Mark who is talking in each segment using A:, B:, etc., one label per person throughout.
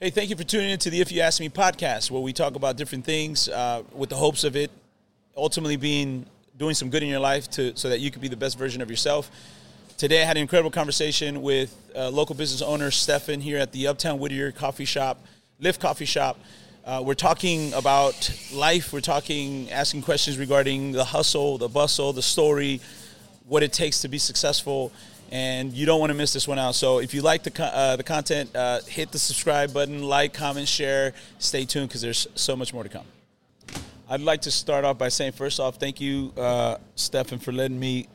A: Hey, thank you for tuning in to the If You Ask Me podcast, where we talk about different things uh, with the hopes of it ultimately being doing some good in your life to, so that you can be the best version of yourself. Today, I had an incredible conversation with uh, local business owner Stefan here at the Uptown Whittier Coffee Shop, Lift Coffee Shop. Uh, we're talking about life. We're talking, asking questions regarding the hustle, the bustle, the story, what it takes to be successful, and you don't want to miss this one out. So if you like the co- uh, the content, uh, hit the subscribe button, like, comment, share. Stay tuned because there's so much more to come. I'd like to start off by saying, first off, thank you, uh, Stefan, for letting me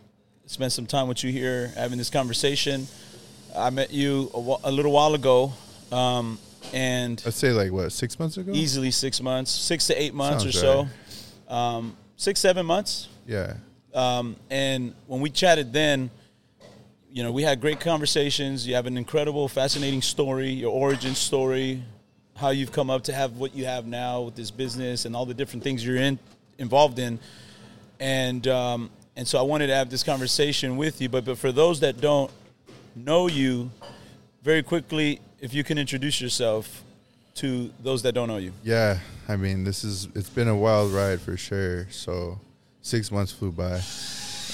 A: spend some time with you here, having this conversation. I met you a, wh- a little while ago, um, and
B: I'd say like what six months ago.
A: easily six months, six to eight months
B: Sounds
A: or so, um, six seven months.
B: Yeah,
A: Um, and when we chatted then, you know, we had great conversations. You have an incredible, fascinating story, your origin story, how you've come up to have what you have now with this business and all the different things you're in involved in. And um, and so I wanted to have this conversation with you. But but for those that don't know you, very quickly, if you can introduce yourself to those that don't know you.
B: yeah. I mean, this is it's been a wild ride for sure. So six months flew by,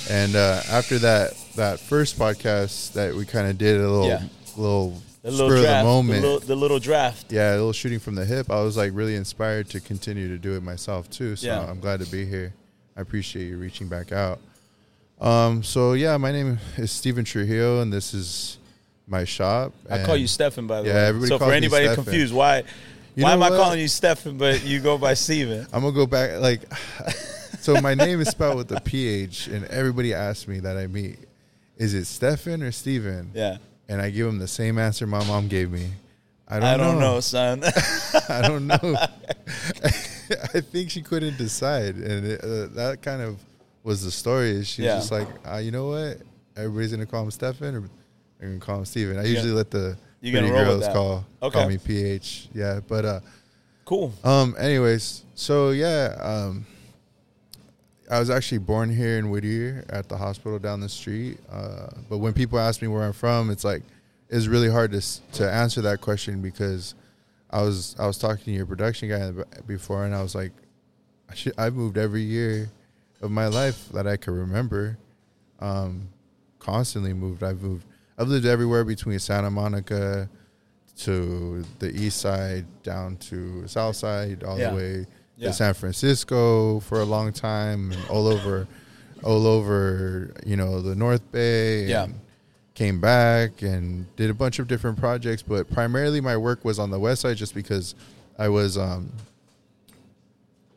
B: and uh, after that that first podcast that we kind of did a little
A: Yeah.
B: little
A: The little
B: spur of the
A: draft, the,
B: moment.
A: little, the little draft.
B: yeah, a little shooting from the hip. I was like really inspired to continue to do it myself too. So
A: Yeah.
B: I'm glad to be here. I appreciate you reaching back out. Um, so yeah, my name is Steven Trujillo, and this is my shop.
A: I call
B: and-
A: you Stefan, by the
B: Yeah,
A: way.
B: everybody
A: so
B: calls
A: for
B: me
A: anybody
B: Stefan.
A: confused, why
B: You
A: why
B: know
A: am I
B: what?
A: calling you Stefan, but you go by Steven?
B: I'm gonna go back like so my name is spelled with a PH and everybody asks me that I meet, is it Stefan or Steven?
A: Yeah.
B: And I give them the same answer my mom gave me. I don't,
A: I don't know, son.
B: I don't know. I think she couldn't decide, and it, uh, that kind of was the story. is She was
A: Yeah.
B: just like, uh, you know what? Everybody's gonna call him Stefan, or they're gonna call him Steven. I usually let the
A: You're gonna
B: pretty
A: roll with
B: girls
A: that.
B: call
A: Okay.
B: call me PH. Yeah, but uh,
A: cool.
B: um. Anyways, so yeah, um, I was actually born here in Whittier at the hospital down the street. Uh, but when people ask me where I'm from, it's like it's really hard to s- to answer that question because I was I was talking to your production guy in the b- before, and I was like, I should, I've moved every year of my life that I can remember. Um, constantly moved. I've moved. I've lived everywhere between Santa Monica to the east side, down to south side, all
A: Yeah.
B: the way
A: Yeah.
B: to San Francisco for a long time, and all over, all over. You know the North Bay.
A: Yeah.
B: and Came back and did a bunch of different projects, but primarily my work was on the west side, just because I was um,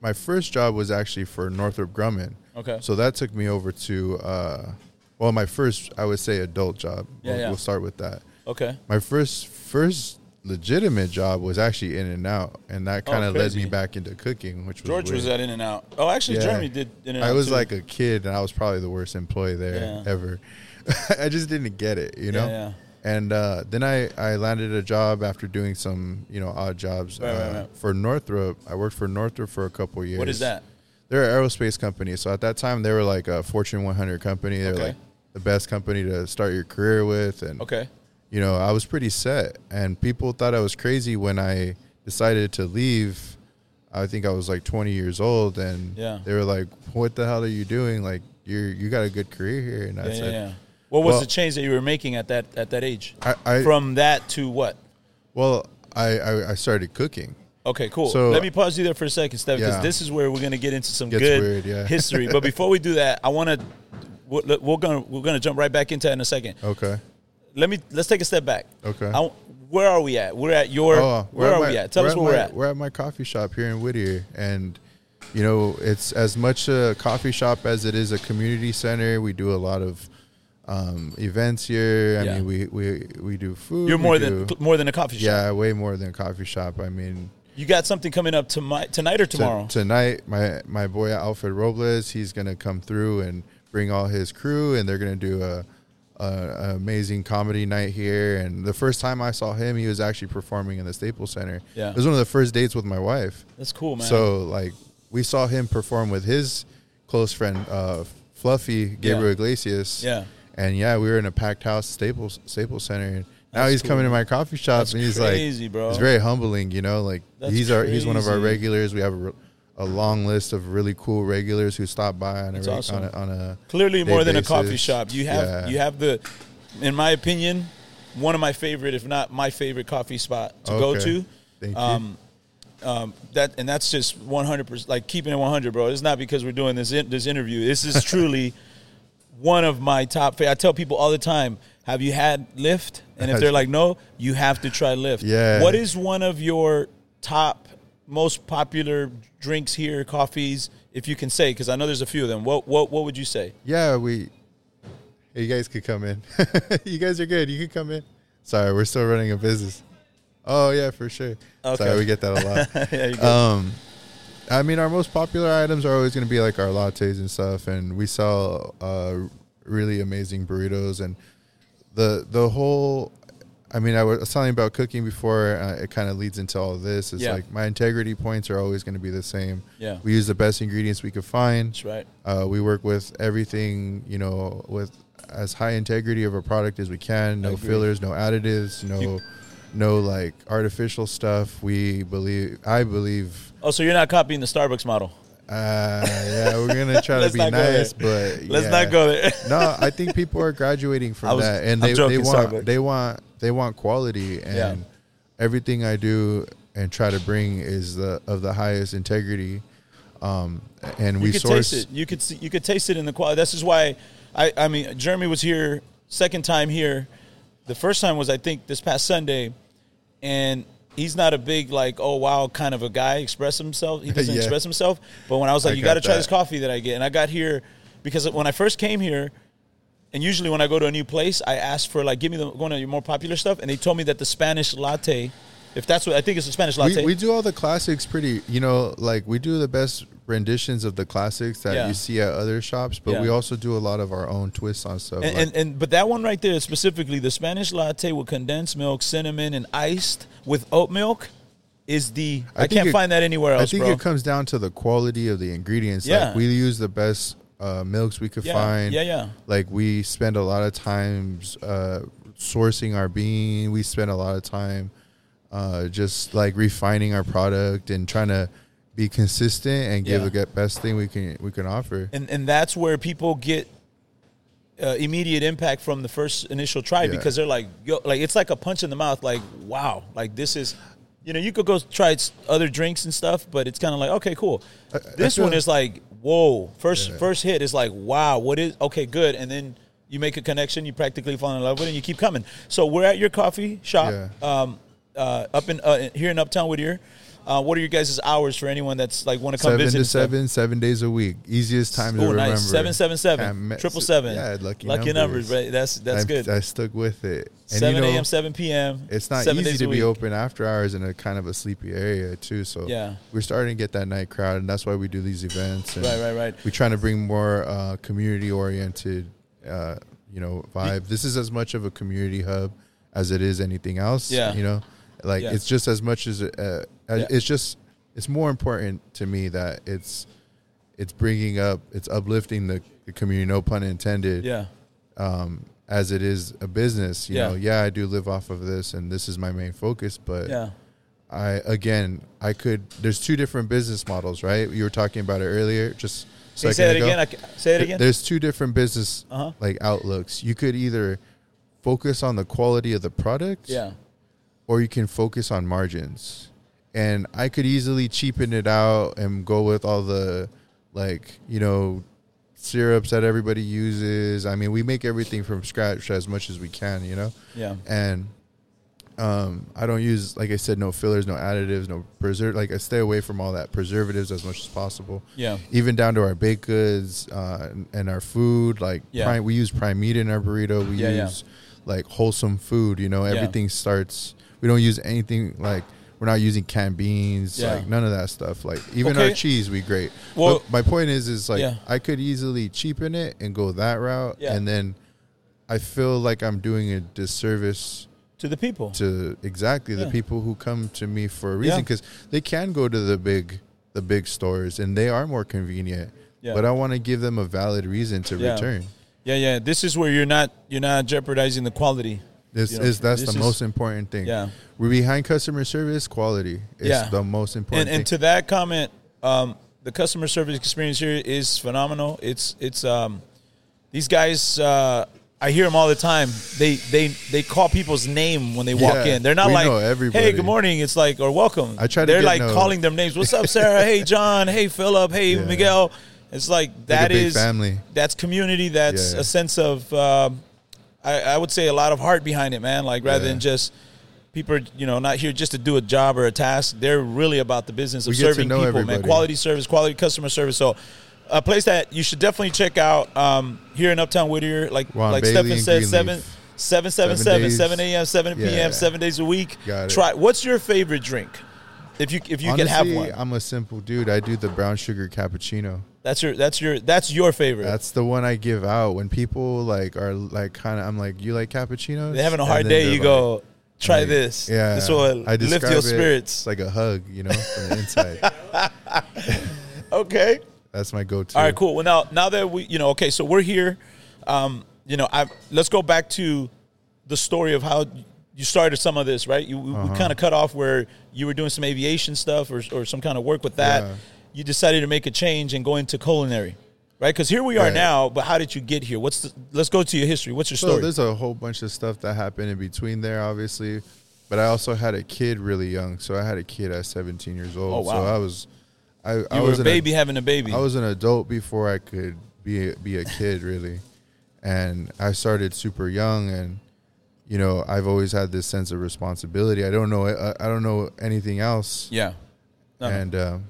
B: my first job was actually for Northrop Grumman.
A: Okay.
B: So that took me over to, uh, well, my first, I would say, adult job.
A: Yeah,
B: we'll,
A: yeah.
B: we'll start with that.
A: Okay.
B: My first, first legitimate job was actually In and Out, and that
A: Oh,
B: kind of led
A: crazy.
B: me back into cooking, which was
A: George was
B: weird.
A: at In and Out. Oh, actually,
B: Yeah.
A: Jeremy did In and Out.
B: I was like a kid, and I was probably the worst employee there
A: Yeah.
B: ever. I just didn't get it, you know.
A: yeah.
B: And uh, then I, I landed a job after doing some you know odd jobs
A: Right,
B: uh,
A: right, right.
B: for Northrop. I worked for Northrop for a couple years.
A: What is that?
B: They're an aerospace company. So at that time, they were like a Fortune 100 company. They're
A: Okay.
B: like the best company to start your career with. And,
A: Okay.
B: you know, I was pretty set. And people thought I was crazy when I decided to leave. I think I was like 20 years old. And
A: Yeah.
B: they were like, what the hell are you doing? Like, you're, you got a good career here. And I
A: Yeah, yeah,
B: said,
A: yeah. What was
B: Well-
A: the change that you were making at that at that age?
B: I, I,
A: From that to what?
B: well, I, I, I started cooking.
A: Okay, cool.
B: So-
A: Let me pause you there for a second, Steph, because
B: Yeah.
A: this is where we're going to get into some
B: Gets
A: good
B: weird, yeah.
A: history. But before we do that, I want to we're, we're going to we're going to jump right back into it in a second.
B: Okay.
A: let me let's take a step back.
B: Okay.
A: I, where are we at? We're at your. where,
B: Oh, we're
A: are
B: my-
A: we at? Tell us where we're
B: my-
A: at.
B: We're at my coffee shop here in Whittier, and you know it's as much a coffee shop as it is a community center. We do a lot of um, events here. I
A: Yeah.
B: mean, we, we we do food.
A: You're
B: we
A: more than
B: do-
A: more than a coffee shop.
B: yeah, way more than a coffee shop. I mean,
A: You got something coming up tomi- tonight or
B: t-
A: tomorrow?
B: tonight, my my boy Alfred Robles, he's gonna come through and bring all his crew, and they're gonna do a. a a amazing comedy night here, and the first time I saw him, he was actually performing in the Staples Center.
A: Yeah.
B: it was one of the first dates with my wife.
A: That's cool, man.
B: So like we saw him perform with his close friend uh, Fluffy Gabriel Iglesias.
A: Yeah.
B: and yeah, we were in a packed house, Staples Staples Center, and now
A: That's
B: he's
A: cool.
B: coming to my coffee shop,
A: That's
B: and he's
A: crazy,
B: like,
A: bro.
B: it's very humbling, you know. Like
A: That's
B: he's our he's one of our
A: crazy.
B: regulars. We have a, re- a long list of really cool regulars who stop by on a,
A: That's
B: reg-
A: awesome.
B: on a, on a
A: Clearly
B: day
A: more than a
B: basis.
A: coffee shop. You have
B: Yeah.
A: you have the in my opinion, one of my favorite, if not my favorite coffee spot to go
B: Okay.
A: to.
B: Thank you.
A: Um, um, that and that's just one hundred percent, like keeping it one hundred, bro. It's not because we're doing this in, this interview. This is truly one of my top. Fa- I tell people all the time, "Have you had Lyft?" And if they're like, "No," you have to try Lyft.
B: Yeah.
A: What is one of your top most popular drinks here, coffees, if you can say? Because I know there's a few of them. What what what would you say?
B: Yeah, we. Hey, you guys could come in. you guys are good. You could come in. Sorry, we're still running a business. Oh yeah, for sure.
A: Okay.
B: Sorry, we get that a lot.
A: yeah, you go.
B: Um, I mean, our most popular items are always going to be like our lattes and stuff, and we sell uh, really amazing burritos and the the whole. I mean, I was telling you about cooking before. Uh, it kind of leads into all this. It's
A: Yeah.
B: like my integrity points are always going to be the same.
A: Yeah.
B: we use the best ingredients we could find.
A: That's right.
B: Uh, we work with everything, you know, with as high integrity of a product as we can. No
A: agree.
B: fillers, no additives, no,
A: You-
B: no like artificial stuff. We believe. I believe.
A: Oh, so you're not copying the Starbucks model.
B: Uh, yeah, we're gonna try to
A: Let's
B: be
A: not go
B: nice,
A: there.
B: but
A: Let's
B: yeah.
A: not go there.
B: no, I think people are graduating from
A: I was-
B: that, and
A: I'm
B: they,
A: joking,
B: they want
A: sorry, but-
B: they want they want quality, and
A: Yeah.
B: everything I do and try to bring is the of the highest integrity. Um, and we
A: you could
B: source
A: taste it. You could see, you could taste it in the quality. This is why I I mean Jeremy was here second time here. The first time was I think this past Sunday, and he's not a big like oh wow kind of a guy express himself. He doesn't
B: Yeah.
A: express himself. But when I was like
B: I
A: you got
B: got
A: to try this
B: that.
A: coffee that I get, and I got here because when I first came here. And usually when I go to a new place, I ask for like, give me the one of your more popular stuff, and they told me that the Spanish latte, if that's what I think it's a Spanish latte.
B: We, we do all the classics pretty, you know, like we do the best renditions of the classics that
A: Yeah.
B: you see at other shops, but we
A: Yeah.
B: also do a lot of our own twists on stuff.
A: And,
B: like-
A: and, and but that one right there specifically, the Spanish latte with condensed milk, cinnamon, and iced with oat milk, is the
B: I
A: I,
B: think
A: can't
B: it-
A: find that anywhere
B: I
A: else,
B: think
A: bro.
B: it comes down to the quality of the ingredients.
A: Yeah.
B: Like we use the best uh, milks we could
A: Yeah,
B: find.
A: yeah, yeah.
B: Like we spend a lot of times uh, sourcing our bean. We spend a lot of time uh, just like refining our product and trying to be consistent and give
A: Yeah.
B: the get- best thing we can we can offer.
A: and and that's where people get uh, immediate impact from the first initial try
B: Yeah.
A: because they're like, yo, like it's like a punch in the mouth. Like, wow, like this is, you know, you could go try s- other drinks and stuff, but it's kind of like, okay, cool. This
B: feel-
A: one is like, whoa, first first hit is like, wow, what is okay, good, and then you make a connection, you practically fall in love with it, and you keep coming. So we're at your coffee shop,
B: Yeah.
A: um, uh, up in uh, here in Uptown Whittier. Uh, what are your guys' hours for anyone that's like want to come
B: seven
A: visit?
B: to
A: and stuff?
B: seven, seven days a week. Easiest time to
A: Oh,
B: remember.
A: nice. Seven seven seven.
B: Damn,
A: Triple seven.
B: Yeah, lucky,
A: lucky numbers.
B: numbers.
A: right? That's that's
B: I,
A: good.
B: I stuck with it. And
A: seven
B: you know,
A: a.m. seven p.m.
B: It's not
A: seven
B: easy
A: days
B: to
A: a
B: be
A: week.
B: open after hours in a kind of a sleepy area too. So
A: Yeah.
B: we're starting to get that night crowd, and that's why we do these events. And
A: Right, right, right.
B: We're trying to bring more uh, community oriented, uh, you know, vibe. This is as much of a community hub as it is anything else.
A: Yeah.
B: you know, like
A: Yeah.
B: it's just as much as uh, as-
A: Yeah.
B: it's just it's more important to me that it's it's bringing up it's uplifting the, the community no pun intended
A: Yeah,
B: um, as it is a business. You
A: Yeah.
B: know, yeah, I do live off of this, and this is my main focus. But
A: yeah,
B: I again, I could. There's two different business models, right? You were talking about it earlier. Just a
A: Can you
B: second
A: say that
B: ago.
A: again. I, ca- say it
B: There-
A: again.
B: There's two different business
A: Uh-huh.
B: like outlooks. You could either focus on the quality of the product,
A: yeah,
B: or you can focus on margins. And I could easily cheapen it out and go with all the like, you know, syrups that everybody uses. I mean, we make everything from scratch as much as we can, you know?
A: yeah,
B: And um, I don't use, like I said, no fillers, no additives, no preserve. Like I stay away from all that preservatives as much as possible.
A: Yeah.
B: Even down to our baked goods uh, and, and our food. Like
A: Yeah.
B: prime, we use prime meat in our burrito. We
A: Yeah, yeah.
B: use like wholesome food. You know, everything starts. We don't use anything like we're not using canned beans.
A: Yeah.
B: Like none of that stuff. Like even
A: Okay.
B: our cheese, we grate.
A: Well-
B: But my point is, is like
A: Yeah.
B: I could easily cheapen it and go that route,
A: Yeah.
B: and then. I feel like I'm doing a disservice
A: to the people.
B: to exactly
A: Yeah.
B: the people who come to me for a
A: Yeah.
B: reason because they can go to the big the big stores and they are more convenient.
A: Yeah.
B: But I want to give them a valid reason to
A: Yeah.
B: return.
A: Yeah, yeah. This is where you're not you're not jeopardizing the quality.
B: This
A: You know,
B: is that's
A: this
B: the
A: is-
B: most important thing.
A: Yeah.
B: We're behind customer service quality. It's
A: Yeah.
B: the most important
A: And, and to
B: thing.
A: that comment, um, the customer service experience here is phenomenal. It's it's um, these guys. Uh, I hear them all the time. They they they call people's name when they walk
B: Yeah,
A: in. They're not
B: we
A: like,
B: know
A: hey,
B: everybody.
A: good morning. It's like or welcome.
B: I try to
A: They're
B: get
A: like
B: no-
A: calling their names. What's up, Sarah? hey, John. Hey, Philip. Hey,
B: Yeah.
A: Miguel. It's like that
B: big
A: is
B: family.
A: That's community. That's
B: Yeah.
A: a sense of. Um, I, I would say a lot of heart behind it, man. Like rather
B: Yeah.
A: than just people are you know not here just to do a job or a task. They're really about the business of
B: We get to
A: serving
B: know
A: people, man.
B: everybody.
A: Quality service, quality customer service. So a place that you should definitely check out um, here in Uptown Whittier. Like
B: We're on
A: like
B: Bailey
A: Stefan
B: and
A: said,
B: Greenleaf.
A: seven. 777,
B: Seven days.
A: 7 a.m., 7 p.m.,
B: Yeah.
A: seven days a week.
B: Got it.
A: Try. What's your favorite drink? If you if you
B: Honestly,
A: can have one,
B: I'm a simple dude. I do the brown sugar cappuccino.
A: that's your that's your that's your favorite.
B: That's the one I give out when people like are like kind of. I'm like, you like cappuccinos?
A: They're having a
B: And
A: hard
B: then
A: day.
B: they're
A: You
B: like-
A: go try
B: like,
A: this.
B: Yeah,
A: this will
B: I
A: lift
B: describe
A: your
B: it,
A: spirits.
B: It's like a hug, you know, from the inside.
A: okay.
B: That's my go-to.
A: All right, cool. Well, now now that we, you know, okay, so we're here. Um, you know, I let's go back to the story of how you started some of this, right? You we,
B: Uh-huh.
A: we kind of cut off where you were doing some aviation stuff or or some kind of work with that.
B: Yeah.
A: You decided to make a change and go into culinary, right? Because here we are
B: Right.
A: now. But how did you get here? What's the, let's go to your history. What's your
B: So
A: story?
B: there's a whole bunch of stuff that happened in between there, obviously. But I also had a kid really young, so I had a kid at 17 years old.
A: Oh, wow.
B: So I was, I, I
A: you were
B: was
A: a
B: an ad-
A: baby having a baby.
B: I was an adult before I could be a, be a kid, really. And I started super young, and you know, I've always had this sense of responsibility. I don't know, I, I don't know anything else
A: yeah. No, no.
B: and um,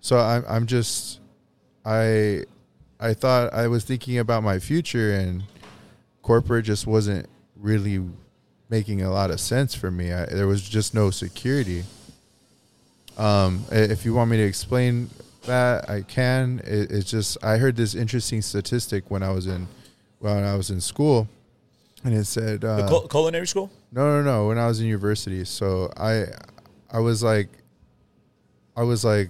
B: so I'm I'm just I I thought I was thinking about my future and corporate just wasn't really making a lot of sense for me. I, there was just no security. Um, i- if you want me to explain that, I can. It, it's just I heard this interesting statistic when I was in when I was in school, and it said uh,
A: The cul- culinary school.
B: no, no, no. When I was in university, so I, I was like, I was like,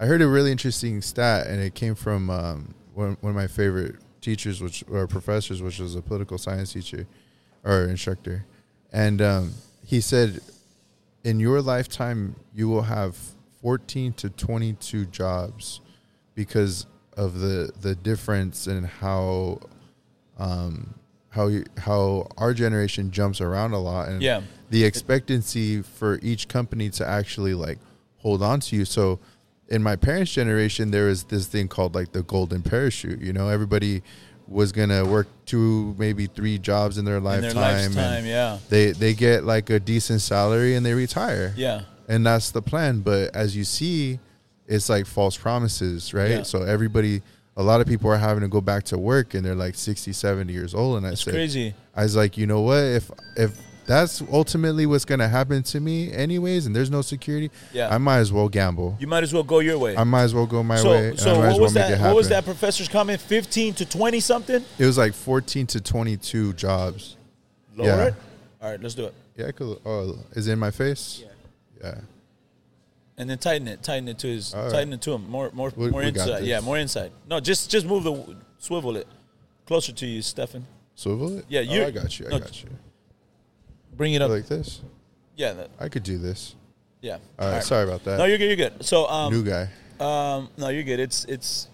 B: I heard a really interesting stat, and it came from um, one one of my favorite teachers, which or professors, which was a political science teacher or instructor, and um, he said, in your lifetime, you will have fourteen to twenty two jobs because of the the difference in how um, how you, how our generation jumps around a lot and
A: Yeah.
B: the expectancy for each company to actually like hold on to you. So in my parents' generation, there was this thing called like the golden parachute. You know, everybody was gonna work two, maybe three jobs in their
A: In
B: lifetime.
A: their
B: and
A: lifetime, yeah,
B: They they get like a decent salary and they retire
A: yeah.
B: and that's the plan. But as you see, it's like false promises, right?
A: Yeah.
B: So everybody, a lot of people are having to go back to work, and they're like 60, 70 years old. And I
A: It's
B: said,
A: crazy.
B: I was like, you know what? If if that's ultimately what's going to happen to me, anyways, and there's no security,
A: Yeah.
B: I might as well gamble.
A: You might as well go your way.
B: I might as well go my
A: so,
B: way. and I
A: so
B: might as
A: what
B: well
A: was
B: make
A: that?
B: it
A: What was
B: happen.
A: that professor's comment? Fifteen to twenty something.
B: It was like fourteen to twenty-two jobs.
A: Lower
B: Yeah.
A: it. All right, let's do it,
B: Yeah, I could, oh, is it in my face? Yeah. Yeah.
A: and then tighten it. Tighten it to his.
B: All right.
A: Tighten it to him. More, more,
B: We-
A: more
B: we got
A: inside. Yeah,
B: this.
A: more inside. No, just just move the swivel it closer to you, Stefan.
B: Swivel it.
A: Yeah,
B: Oh,
A: you-
B: I got you. I
A: no,
B: got you.
A: Bring it up.
B: Like this.
A: yeah, that,
B: I could do this.
A: yeah.
B: All right, Sorry about that.
A: No, you're good. You're good. So, um,
B: New guy.
A: um, no, you're good. It's it's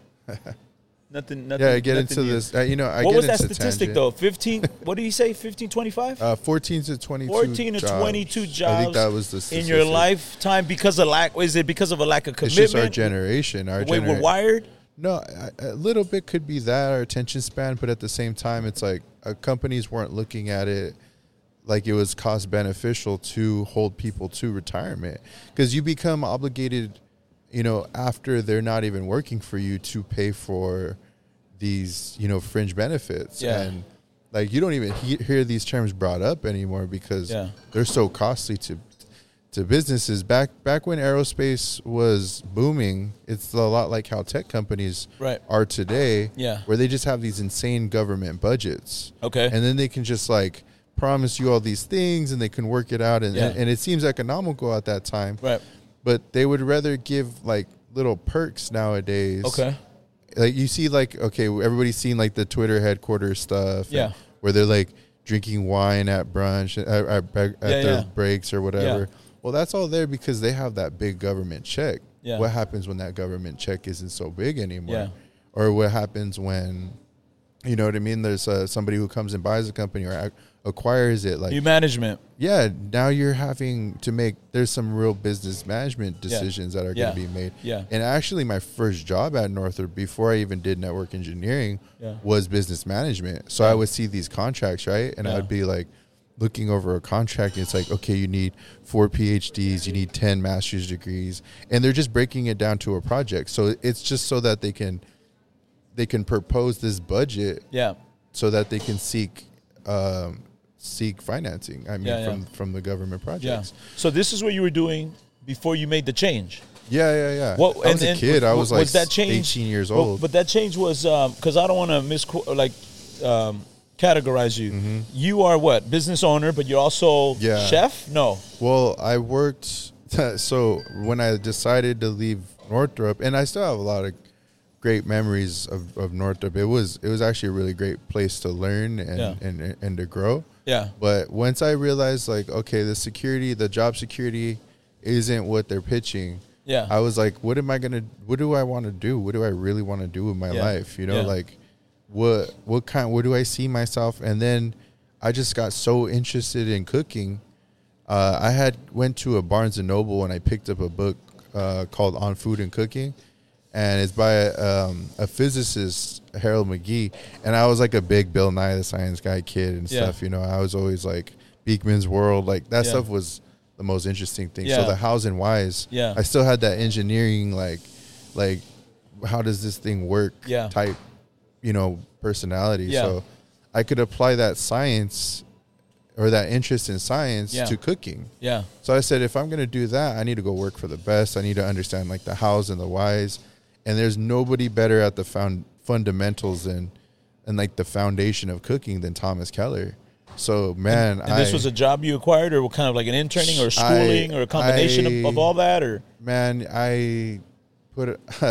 A: nothing. Nothing.
B: Yeah, I get
A: nothing
B: into
A: new.
B: this. Uh, you know, I
A: What
B: get
A: was that
B: into
A: statistic
B: tangent.
A: though? Fifteen. what did he say? Fifteen twenty-five.
B: Uh, 14 to 22
A: 14 to
B: jobs.
A: 22 jobs
B: I think that was the statistic.
A: in your lifetime because of lack is it because of a lack of
B: It's
A: commitment
B: just our generation. Our
A: the way we're
B: generation.
A: wired
B: No, a, a little bit could be that, our attention span, but at the same time, it's like uh, companies weren't looking at it like it was cost beneficial to hold people to retirement because you become obligated, you know, after they're not even working for you to pay for these, you know, fringe benefits.
A: Yeah.
B: And like you don't even he- hear these terms brought up anymore because
A: Yeah.
B: they're so costly to to businesses back back when aerospace was booming it's a lot like how tech companies
A: Right.
B: are today
A: Yeah.
B: where they just have these insane government budgets
A: Okay.
B: and then they can just like promise you all these things and they can work it out and
A: Yeah.
B: and, it seems economical at that time
A: right
B: but they would rather give like little perks nowadays
A: okay
B: like you see like okay everybody's seen like the twitter headquarters stuff and-
A: Yeah.
B: where they're like drinking wine at brunch at, at, at their
A: yeah.
B: breaks or whatever
A: Yeah.
B: well that's all there because they have that big government check
A: Yeah.
B: what happens when that government check isn't so big anymore
A: Yeah.
B: or what happens when you know what i mean there's uh, somebody who comes and buys a company or ac- acquires it like
A: New management.
B: yeah, now you're having to make there's some real business management decisions that are
A: Yeah.
B: going to be made.
A: Yeah.
B: And actually my first job at Northrop before I even did network engineering
A: Yeah.
B: was business management. So I would see these contracts, right? And I
A: Yeah.
B: would be like looking over a contract and it's like, okay, you need 4 PhDs, you need 10 master's degrees, and they're just breaking it down to a project. So it's just so that they can they can propose this budget
A: Yeah.
B: so that they can seek um, seek financing. I mean,
A: Yeah, yeah.
B: from from the government
A: Yeah.
B: projects.
A: So this is what you were doing before you made the change.
B: Yeah, yeah, yeah.
A: What
B: I was
A: and,
B: a
A: and
B: kid. I was like
A: that change,
B: eighteen years
A: well,
B: old.
A: but that change was because I don't want to mis like um, categorize you. You are what business owner, but you're also
B: Mm-hmm. Yeah.
A: chef. No,
B: well, I worked. So when I decided to leave Northrop, and I still have a lot of great memories of, of Northrop. It was it was actually a really great place to learn and
A: Yeah.
B: and, and to grow.
A: yeah,
B: But once I realized, like, okay, the security, the job security, isn't what they're pitching.
A: Yeah.
B: I was like, what am I gonna? What do I want to do? What do I really want to do with my
A: Yeah.
B: life? You know,
A: Yeah.
B: like, what what kind? What do I see myself? And then I just got so interested in cooking. Uh, I had went to a Barnes and Noble and I picked up a book uh, called On Food and Cooking, and it's by um, a physicist Harold McGee. And I was like a big Bill Nye the Science Guy kid and
A: Yeah.
B: stuff. You know, I was always like Beekman's World, like that
A: Yeah.
B: stuff was the most interesting thing.
A: Yeah.
B: So the hows and whys,
A: Yeah.
B: I still had that engineering like, like how does this thing work?
A: Yeah.
B: type, you know, personality.
A: Yeah.
B: So I could apply that science or that interest in science
A: Yeah.
B: to cooking.
A: yeah,
B: So I said, if I'm going to do that, I need to go work for the best. I need to understand like the hows and the whys. And there's nobody better at the found fundamentals and and like the foundation of cooking than Thomas Keller. So man,
A: And
B: I,
A: this was a job you acquired, or kind of like an interning, or schooling,
B: I-
A: or a combination
B: I-
A: of, of all that, or
B: man, I put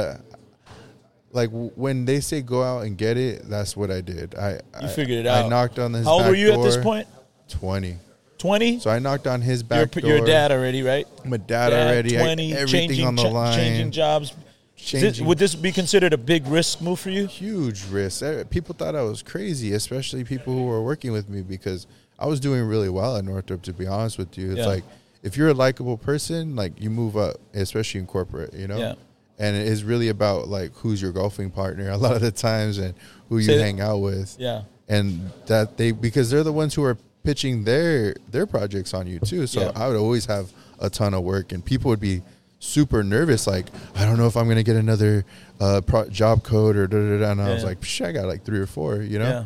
B: like w- when they say go out and get it, that's what I did. I
A: you
B: I-
A: figured it
B: I
A: out.
B: knocked on his.
A: How old
B: back
A: were you at this
B: door,
A: point?
B: Twenty.
A: Twenty.
B: So I knocked on his
A: you're,
B: back
A: you're a
B: door.
A: dad already, right?
B: I'm a dad,
A: Dad,
B: already. I-
A: Twenty.
B: everything
A: changing
B: on the
A: jo-
B: line.
A: Changing jobs. Is this-
B: Changing-
A: would this be considered a big risk move for you?
B: huge risk. Eh, People thought I was crazy, especially people who were working with me because I was doing really well at Northrop. To be honest with you, it's
A: Yeah.
B: like if you're a likable person, like you move up, especially in corporate, you know.
A: Yeah.
B: And it is really about like who's your golfing partner a lot of the times and who you
A: Say that-
B: hang out with.
A: Yeah.
B: And that they because they're the ones who are pitching their their projects on you too. So
A: Yeah.
B: I would always have a ton of work, and people would be super nervous. Like, I don't know if I'm going to get another uh, pro- job code or da da da. And I was
A: Yeah.
B: like, Psh, I got like three or four, you know.
A: Yeah.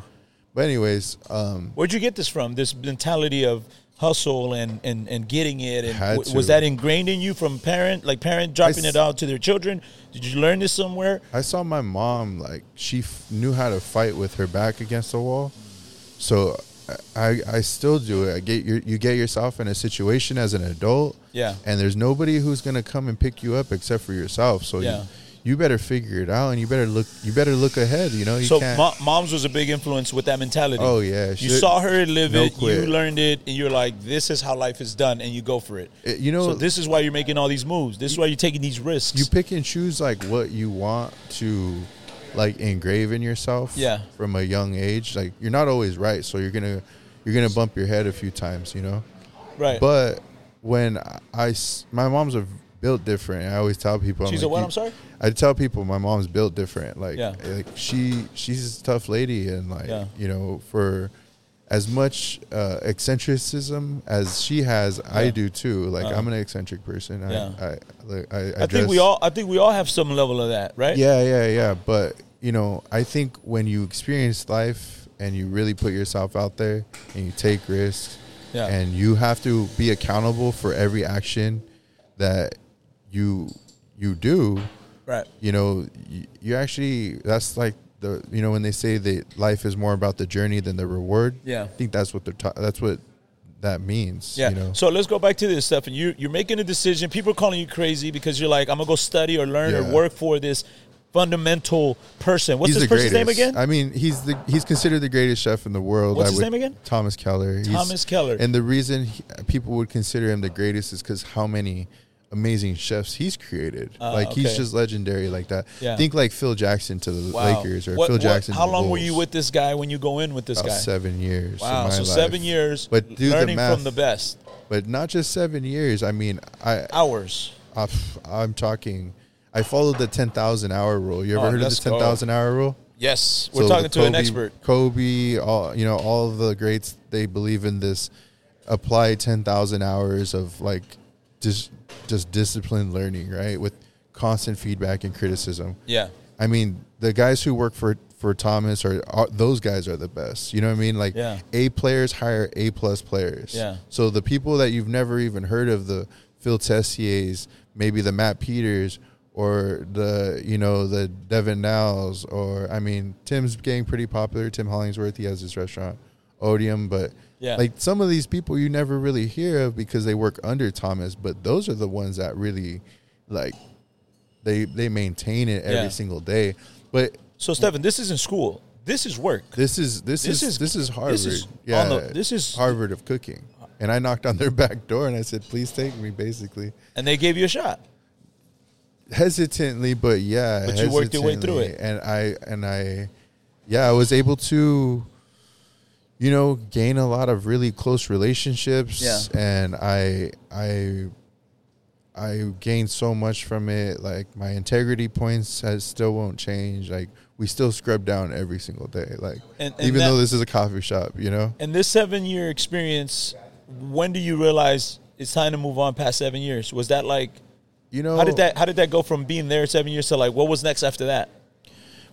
B: But anyways, um,
A: Where'd you get this from? This mentality of hustle and and, and getting it, and
B: Had
A: w- was
B: to.
A: that ingrained in you from parent, like parent dropping it
B: s-
A: out to their children? Did you learn this somewhere?
B: I saw my mom like she f- knew how to fight with her back against the wall, so I I still do it. I get your, you get yourself in a situation as an adult,
A: Yeah.
B: and there's nobody who's gonna come and pick you up except for yourself. So
A: Yeah.
B: you, you better figure it out, and you better look you better look ahead. You know you
A: So
B: can't.
A: mo- moms was a big influence with that mentality.
B: Oh, yeah,
A: you
B: she-
A: saw her live
B: no
A: it, you
B: quit.
A: learned it, and you're like, this is how life is done, and you go for it.
B: It- eh, you know-
A: so this is why you're making all these moves. This is why you're taking these risks.
B: you pick and choose like what you want to like engrave in yourself
A: Yeah.
B: from a young age like you're not always right so you're gonna you're gonna bump your head a few times you know
A: right?
B: But when I- I, s- my mom's are built different. I always tell people,
A: She's a
B: like,
A: what?
B: you-
A: I'm sorry?
B: I tell people my mom's built different. Like,
A: Yeah.
B: like she she's a tough lady, and like
A: Yeah.
B: you know, for as much uh, eccentricism as she has, I
A: Yeah.
B: do too. Like,
A: Uh-huh.
B: I'm an eccentric person. I,
A: Yeah.
B: I, like, I, I,
A: I think we
B: dress-
A: all, I think we all have some level of that, right?
B: yeah, yeah, yeah. But you know, I think when you experience life and you really put yourself out there and you take risks,
A: Yeah.
B: and you have to be accountable for every action that you you do.
A: right.
B: You know, you, you actually that's like the you know when they say that life is more about the journey than the reward.
A: Yeah.
B: I think that's what they're ta- that's what that means.
A: Yeah.
B: You know.
A: So let's go back to this, Stefan. You you're making a decision. People are calling you crazy because you're like, I'm gonna go study or learn or
B: Yeah.
A: work for this fundamental person. What's
B: he's
A: this
B: the
A: person's
B: greatest.
A: name again?
B: I mean, he's the he's considered the greatest chef in the world.
A: What's
B: I
A: his name again?
B: Thomas Keller. He's-
A: Thomas Keller.
B: And the reason he- people would consider him the greatest is because how many amazing chefs he's created. like he's
A: Ah, okay.
B: just legendary like that.
A: Yeah.
B: Think like Phil Jackson to the
A: Wow.
B: Lakers or
A: What-
B: Phil
A: what-
B: Jackson. to
A: how
B: the
A: long were
B: Bulls.
A: you with this guy when you go in with this
B: About
A: guy?
B: seven years. of
A: wow,
B: my
A: so
B: life.
A: seven years.
B: But do the
A: learning
B: math.
A: from the best.
B: But not just seven years. I mean, I
A: Hours.
B: I- I'm talking. I followed the 10,000 hour rule. You ever
A: Oh,
B: heard of the
A: let's go.
B: 10,000 hour rule?
C: Yes, we're
B: So
C: talking
B: the
C: to an
B: Kobe-
C: expert.
B: Kobe, all you know, all of the greats. They believe in this. Apply ten thousand hours of like just just disciplined learning, right? With constant feedback and criticism.
C: Yeah,
B: I mean, the guys who work for for Thomas are, are those guys are the best. You know what I mean? Like
A: Yeah.
B: A players hire A plus players.
A: Yeah.
B: So the people that you've never even heard of, the Phil Tessiers, maybe the Matt Peters, or the you know the Devin Niles, or I mean, Tim's getting pretty popular. Tim Hollingsworth, he has his restaurant Odium, but.
A: Yeah.
B: Like some of these people you never really hear of because they work under Thomas, but those are the ones that really like they they maintain it every
A: Yeah.
B: single day. But
A: So, Stefan, this isn't school. This is work.
B: this is this,
A: This
B: is,
A: is-
B: this is Harvard.
A: this is on
B: yeah,
A: the- this is-
B: Harvard of cooking. And I knocked on their back door and I said, "Please take me." Basically,
A: And they gave you a shot.
B: hesitantly, but yeah,
A: But you worked your way through
B: hesitantly. And I and I, yeah, I was able to, you know, gain a lot of really close relationships.
C: Yeah.
B: and I I I gained so much from it. Like my integrity points has, still won't change. Like we still scrub down every single day. Like
C: And- and
B: even
C: that-
B: though this is a coffee shop, you know.
A: And this seven year experience, when do you realize it's time to move on past seven years? Was that like
B: You know
A: how did that how did that go from being there seven years to like what was next after that?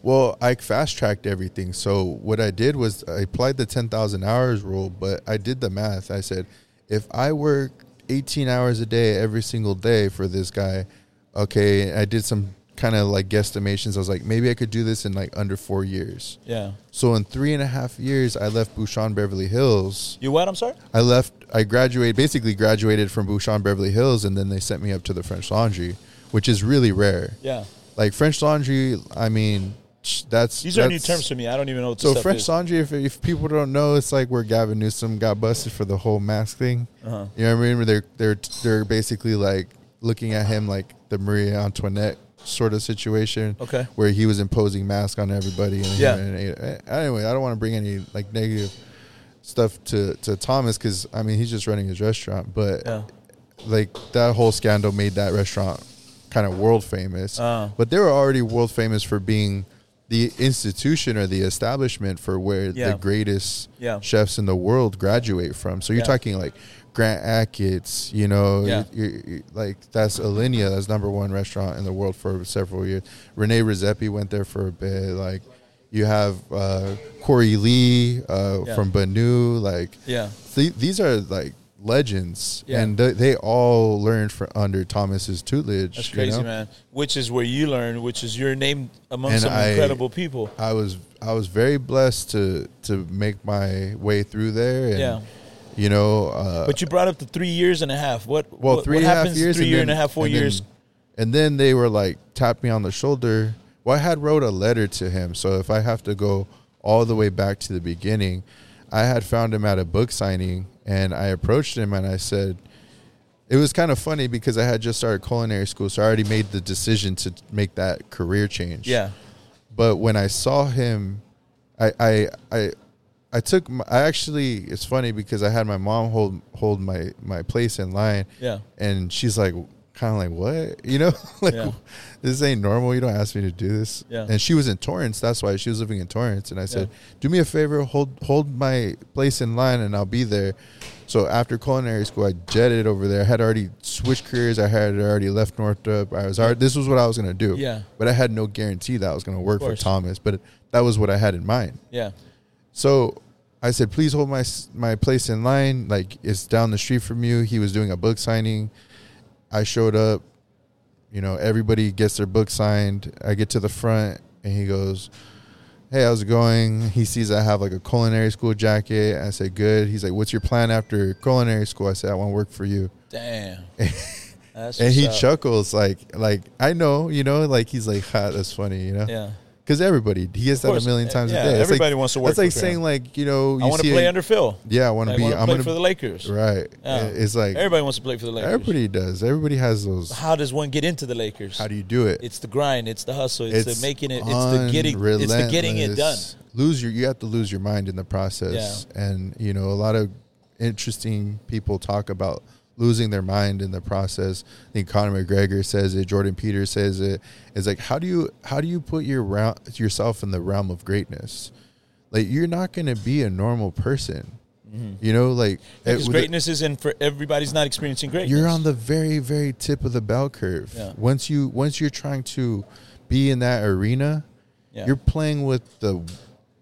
B: Well, I fast tracked everything. So what I did was I applied the ten thousand hours rule, but I did the math. I said, if I work eighteen hours a day every single day for this guy, okay, I did some kind of like guesstimations. I was like, maybe I could do this in like under four years.
A: Yeah.
B: So in three and a half years, I left Bouchon Beverly Hills.
A: You what? I'm sorry.
B: I left. I graduated, basically graduated from Bouchon Beverly Hills, and then they sent me up to the French Laundry, which is really rare
A: Yeah.
B: like French Laundry. I mean, that's
A: These are new
B: that's-
A: terms to me. I don't even know what this
B: So
A: stuff
B: French
A: is.
B: Laundry, if, if people don't know, it's like where Gavin Newsom got busted for the whole mask thing.
A: Uh-huh.
B: You know what I mean? Where they're they're they're basically like looking at him like the Marie Antoinette sort of situation.
A: Okay.
B: where he was imposing mask on everybody. And
A: Yeah.
B: and- anyway, I don't want to bring any like negative stuff to to Thomas because I mean he's just running his restaurant, but
A: Yeah.
B: like that whole scandal made that restaurant kind of world famous.
A: Ah.
B: But they were already world famous for being the institution or the establishment for where
A: Yeah.
B: the greatest
A: Yeah.
B: chefs in the world graduate from. So you're
A: Yeah.
B: talking like Grant Achatz, you know,
A: Yeah.
B: you- you- you- like that's Alinea, that's number one restaurant in the world for several years. Rene Redzepi went there for a bit. Like you have uh, Corey Lee uh,
A: Yeah.
B: from Banu, like
A: Yeah.
B: th- these are like legends,
A: Yeah.
B: and th- they all learned from under Thomas's tutelage.
A: That's
B: you
A: crazy,
B: know?
A: man. Which is where you learn, which is your name among
B: And
A: some
B: I-
A: incredible people.
B: I was I was very blessed to to make my way through there, and
A: Yeah.
B: you know, uh,
A: But you brought up the three years and a half. What?
B: well,
A: what,
B: three
A: what
B: and a half
A: happens
B: years,
A: Three year and
B: then-
A: a half, four
B: and
A: years.
B: then- and then they were like tapped me on the shoulder. Well, I had wrote a letter to him, so if I have to go all the way back to the beginning, I had found him at a book signing, and I approached him and I said, it was kind of funny because I had just started culinary school, so I already made the decision to make that career change
A: yeah.
B: but when I saw him, I I I, I took my, I actually it's funny because I had my mom hold hold my my place in line.
A: Yeah.
B: and she's like kind of like what you know like
A: Yeah.
B: this ain't normal. You don't ask me to do this.
A: Yeah.
B: and she was in Torrance. That's why she was living in Torrance. And I said, do me a favor, hold hold my place in line, and I'll be there. So after culinary school, I jetted over there. I had already switched careers. I had already left Northrop. I was already, this was what I was gonna do
A: Yeah.
B: but I had no guarantee that I was going to work for
A: course.
B: Thomas. But that was what I had in mind.
A: Yeah.
B: So I said, "Please hold my s- my place in line. Like it's down the street from you." He was doing a book signing. I showed up. You know, everybody gets their book signed. I get to the front, and he goes, "Hey, how's it going?" He sees I have like a culinary school jacket. I say, "Good." He's like, "What's your plan after culinary school?" I said, "I want to work for you."
A: Damn. That's
B: and
A: what's
B: he
A: up.
B: chuckles like like I know, you know, like he's like, ha, that's funny, you know.
A: Yeah.
B: Because everybody he gets that a
A: course,
B: million
A: uh,
B: times
A: yeah,
B: a day. It's like-
A: everybody wants to work
B: That's like
A: with him.
B: saying like you know you
A: I want to
B: see
A: play
B: a-
A: under Phil.
B: Yeah, I want to
A: I
B: be.
A: want to
B: I'm
A: play
B: gonna
A: for the Lakers.
B: right.
A: Yeah.
B: It's like
A: Everybody wants to play for the Lakers.
B: everybody does. Everybody has those.
A: How does one get into the Lakers?
B: How do you do it?
A: it's the grind. It's the hustle. It's, the making it. It's the getting. It's the
B: unrelentless.
A: getting it done.
B: Lose your you have to lose your mind in the process, and you know a lot of interesting people talk about losing their mind in the process. I think Conor McGregor says it. Jordan Peters says it. It's like how do you how do you put your round, yourself in the realm of greatness? Like you're not going to be a normal person.
A: Mm-hmm.
B: You know, like it-
A: Because
B: with the-
A: greatness isn't for everybody's not experiencing greatness.
B: you're on the very very tip of the bell curve
A: Yeah.
B: once you once you're trying to be in that arena
A: Yeah.
B: you're playing with the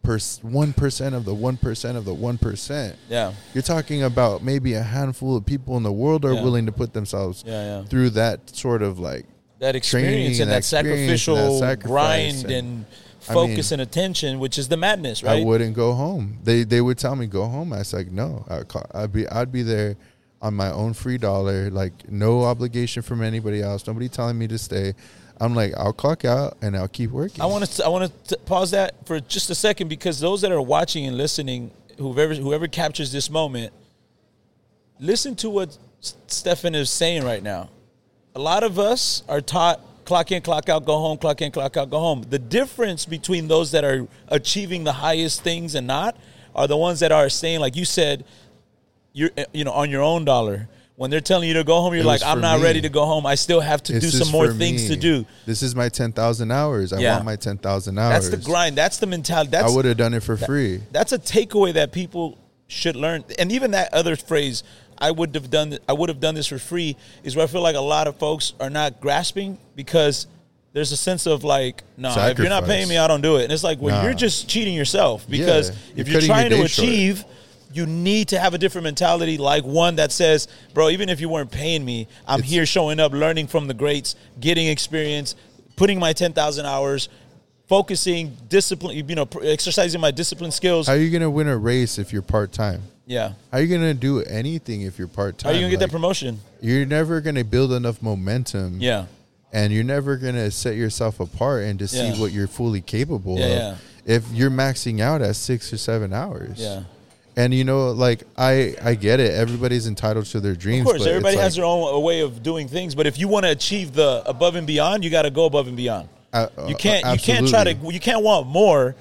B: pers- 1% of the 1% of the 1%
A: Yeah.
B: you're talking about maybe a handful of people in the world are
A: Yeah.
B: willing to put themselves
A: Yeah, yeah.
B: through that sort of like
A: that experience
B: training
A: and,
B: and
A: that
B: experience and that
A: sacrificial
B: sacrifice
A: grind and,
B: and- I
A: focus
B: mean-
A: and attention, which is the madness, right?
B: I wouldn't go home. They they would tell me go home. I was like, no, I'd, call, I'd be I'd be there on my own free dollar, like no obligation from anybody else. Nobody telling me to stay. I'm like, I'll clock out and I'll keep working.
A: I want to. I want to pause that for just a second because those that are watching and listening, whoever whoever captures this moment, listen to what S- Stefan is saying right now. A lot of us are taught clock in, clock out, go home, clock in, clock out, go home. The difference between those that are achieving the highest things and not are the ones that are saying, like you said, you're uh, you know on your own dollar. When they're telling you to go home, you're
B: It
A: like,
B: was
A: I'm
B: for
A: not
B: me.
A: ready to go home. I still have to
B: This
A: do
B: is
A: some more
B: for
A: things to
B: me.
A: do.
B: This is my ten thousand hours. I
A: Yeah.
B: want my ten thousand hours.
A: That's the grind. That's the mentality. That's
B: I would have done it for free.
A: that's a takeaway that people should learn and even that other phrase i would have done i would have done this for free is where i feel like a lot of folks are not grasping because there's a sense of like no if you're not
B: Sacrifice.
A: paying me i don't do it and it's like well
B: Nah.
A: you're just cheating yourself because
B: Yeah,
A: if
B: you're
A: you're
B: cutting
A: trying to
B: your day short.
A: achieve you need to have a different mentality like one that says bro even if you weren't paying me i'm
B: It's-
A: here showing up learning from the greats getting experience putting my 10000 hours focusing discipline you know pr- exercising my discipline skills
B: How are you gonna win a race if you're part time?
A: yeah.
B: How are you gonna do anything if you're part
A: How
B: time?
A: are you gonna get that
B: Like,
A: promotion?
B: You're never gonna build enough momentum.
A: Yeah.
B: and you're never gonna set yourself apart and to see
A: Yeah.
B: what you're fully capable
A: Yeah,
B: of
A: yeah.
B: if you're maxing out at six or seven hours.
A: Yeah.
B: And you know, like I, I get it. Everybody's entitled to their dreams.
A: Of course,
B: but it's
A: everybody has
B: like,
A: their own uh, way of doing things, but if you want to achieve the above and beyond, you got to go above and beyond.
B: Uh, uh,
A: you can't. You can't try to.
B: absolutely.
A: You can't want more,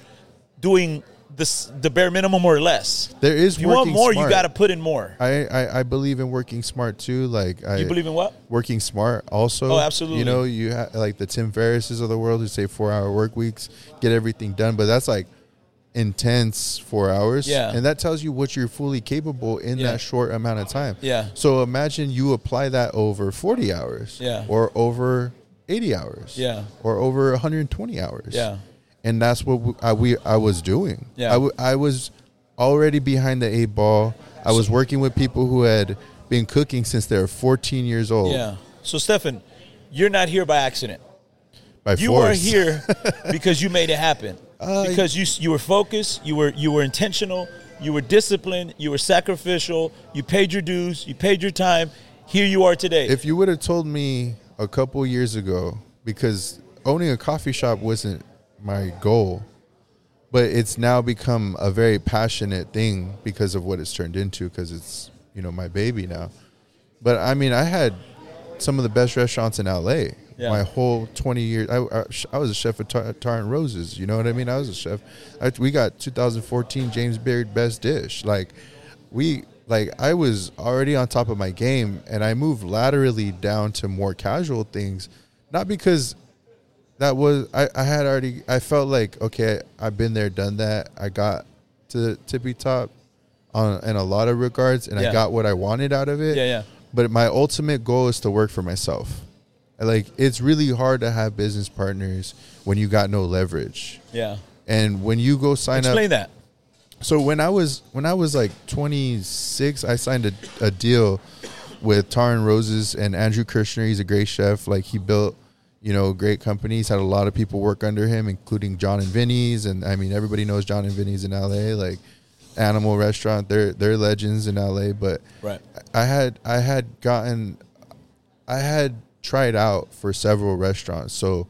A: doing this the bare minimum or less.
B: There is.
A: If you want
B: working
A: more,
B: smart.
A: you got to put in more.
B: I, I, I believe in working smart too. Like I
A: You believe in what?
B: working smart also.
A: Oh, absolutely.
B: You know, you ha- like the Tim Ferrisses of the world who say four hour work weeks, get everything done, but that's like intense four hours.
A: Yeah.
B: And that tells you what you're fully capable in
A: Yeah.
B: that short amount of time.
A: Yeah.
B: So imagine you apply that over 40 hours.
A: Yeah.
B: Or over 80 hours.
A: Yeah.
B: Or over 120 hours.
A: Yeah.
B: And that's what we, I, we, I was doing.
A: Yeah.
B: I, w- I was already behind the eight ball. I was working with people who had been cooking since they were 14 years old.
A: Yeah. So, Stefan, you're not here by accident.
B: By
A: You
B: force.
A: are here because you made it happen.
B: Uh,
A: because you you were focused, you were you were intentional, you were disciplined, you were sacrificial, you paid your dues, you paid your time. Here you are today.
B: If you would have told me a couple years ago, because owning a coffee shop wasn't my goal, but it's now become a very passionate thing because of what it's turned into, because it's, you know, my baby now. But I mean, I had some of the best restaurants in LA.
A: Yeah.
B: My whole 20 years, I, I, I was a chef at Tar, Tar and Roses. You know what I mean? I was a chef. I, we got 2014 James Beard Best Dish. Like, we, like, I was already on top of my game and I moved laterally down to more casual things, not because that was I, I had already I felt like okay I've been there done that I got to the tippy top on in a lot of regards and
A: Yeah.
B: I got what I wanted out of it
A: Yeah, yeah.
B: but my ultimate goal is to work for myself like it's really hard to have business partners when you got no leverage
A: yeah.
B: and when you go sign up
A: Explain that.
B: so when I was when I was like 26, I signed a, a deal with Tar and Roses and Andrew Kirshner. He's a great chef. Like he built, you know, great companies. Had a lot of people work under him, including John and Vinny's. And I mean, everybody knows John and Vinny's in LA. Like Animal Restaurant, they're they're legends in LA. But
A: Right.
B: I had I had gotten I had tried out for several restaurants, so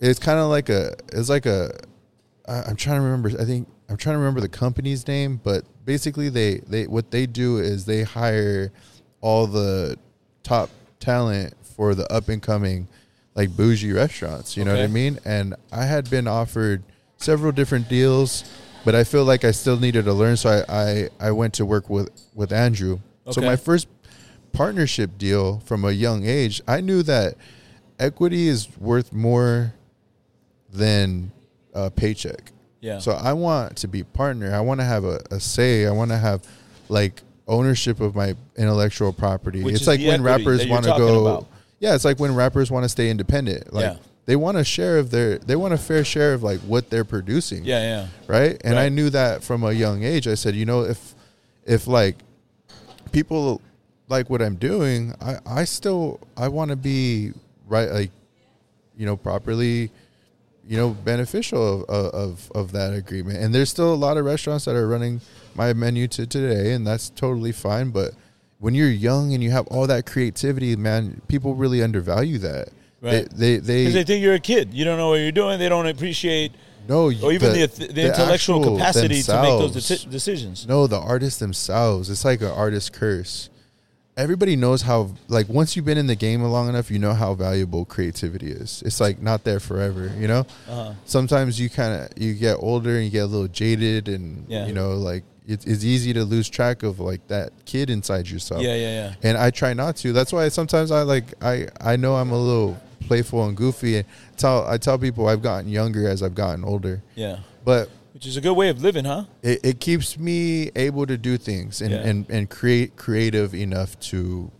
B: it's kind of like a it's like a I, I'm trying to remember. I think I'm trying to remember the company's name, but basically they they what they do is they hire all the top talent for the up and coming like bougie restaurants. You know what I
A: Okay.
B: mean? And I had been offered several different deals, but I feel like I still needed to learn. So I I, I went to work with with Andrew. So
A: Okay.
B: my first partnership deal from a young age, I knew that equity is worth more than a paycheck.
A: Yeah.
B: So I want to be partner. I want to have a, a say. I want to have like ownership of my intellectual property.
A: Which
B: it's
A: is
B: like
A: the
B: when
A: equity
B: rappers
A: that you're
B: want to
A: talking
B: go.
A: about.
B: Yeah, it's like when rappers want to stay independent. Like
A: Yeah.
B: they want a share of their. They want a fair share of like what they're producing
A: yeah, yeah.
B: right? And I
A: Right.
B: knew that from a young age. I said, you know, if if like people like what I'm doing, I I still I want to be right, like you know, properly, you know, beneficial of of of that agreement. And there's still a lot of restaurants that are running my menu to today, and that's totally fine. But when you're young and you have all that creativity, man, people really undervalue that.
A: Right.
B: They they,
A: Because
B: they
A: they think you're a kid. You don't know what you're doing. They don't appreciate
B: no,
A: or even the the, intellectual
B: actual
A: capacity to make those
B: themselves.
A: deci- decisions.
B: No, the artists themselves. It's like an artist curse. Everybody knows how like once you've been in the game long enough, you know how valuable creativity is. It's like not there forever, you know?
A: Uh-huh.
B: Sometimes you kind of you get older and you get a little jaded and
A: Yeah.
B: you know like it, it's easy to lose track of like that kid inside yourself.
A: Yeah, yeah, yeah.
B: And I try not to. That's why sometimes I like I I know I'm a little playful and goofy and tell I tell people I've gotten younger as I've gotten older.
A: Yeah.
B: But
A: Which is a good way of living, huh?
B: it, it keeps me able to do things and,
A: Yeah.
B: and, and create creative enough to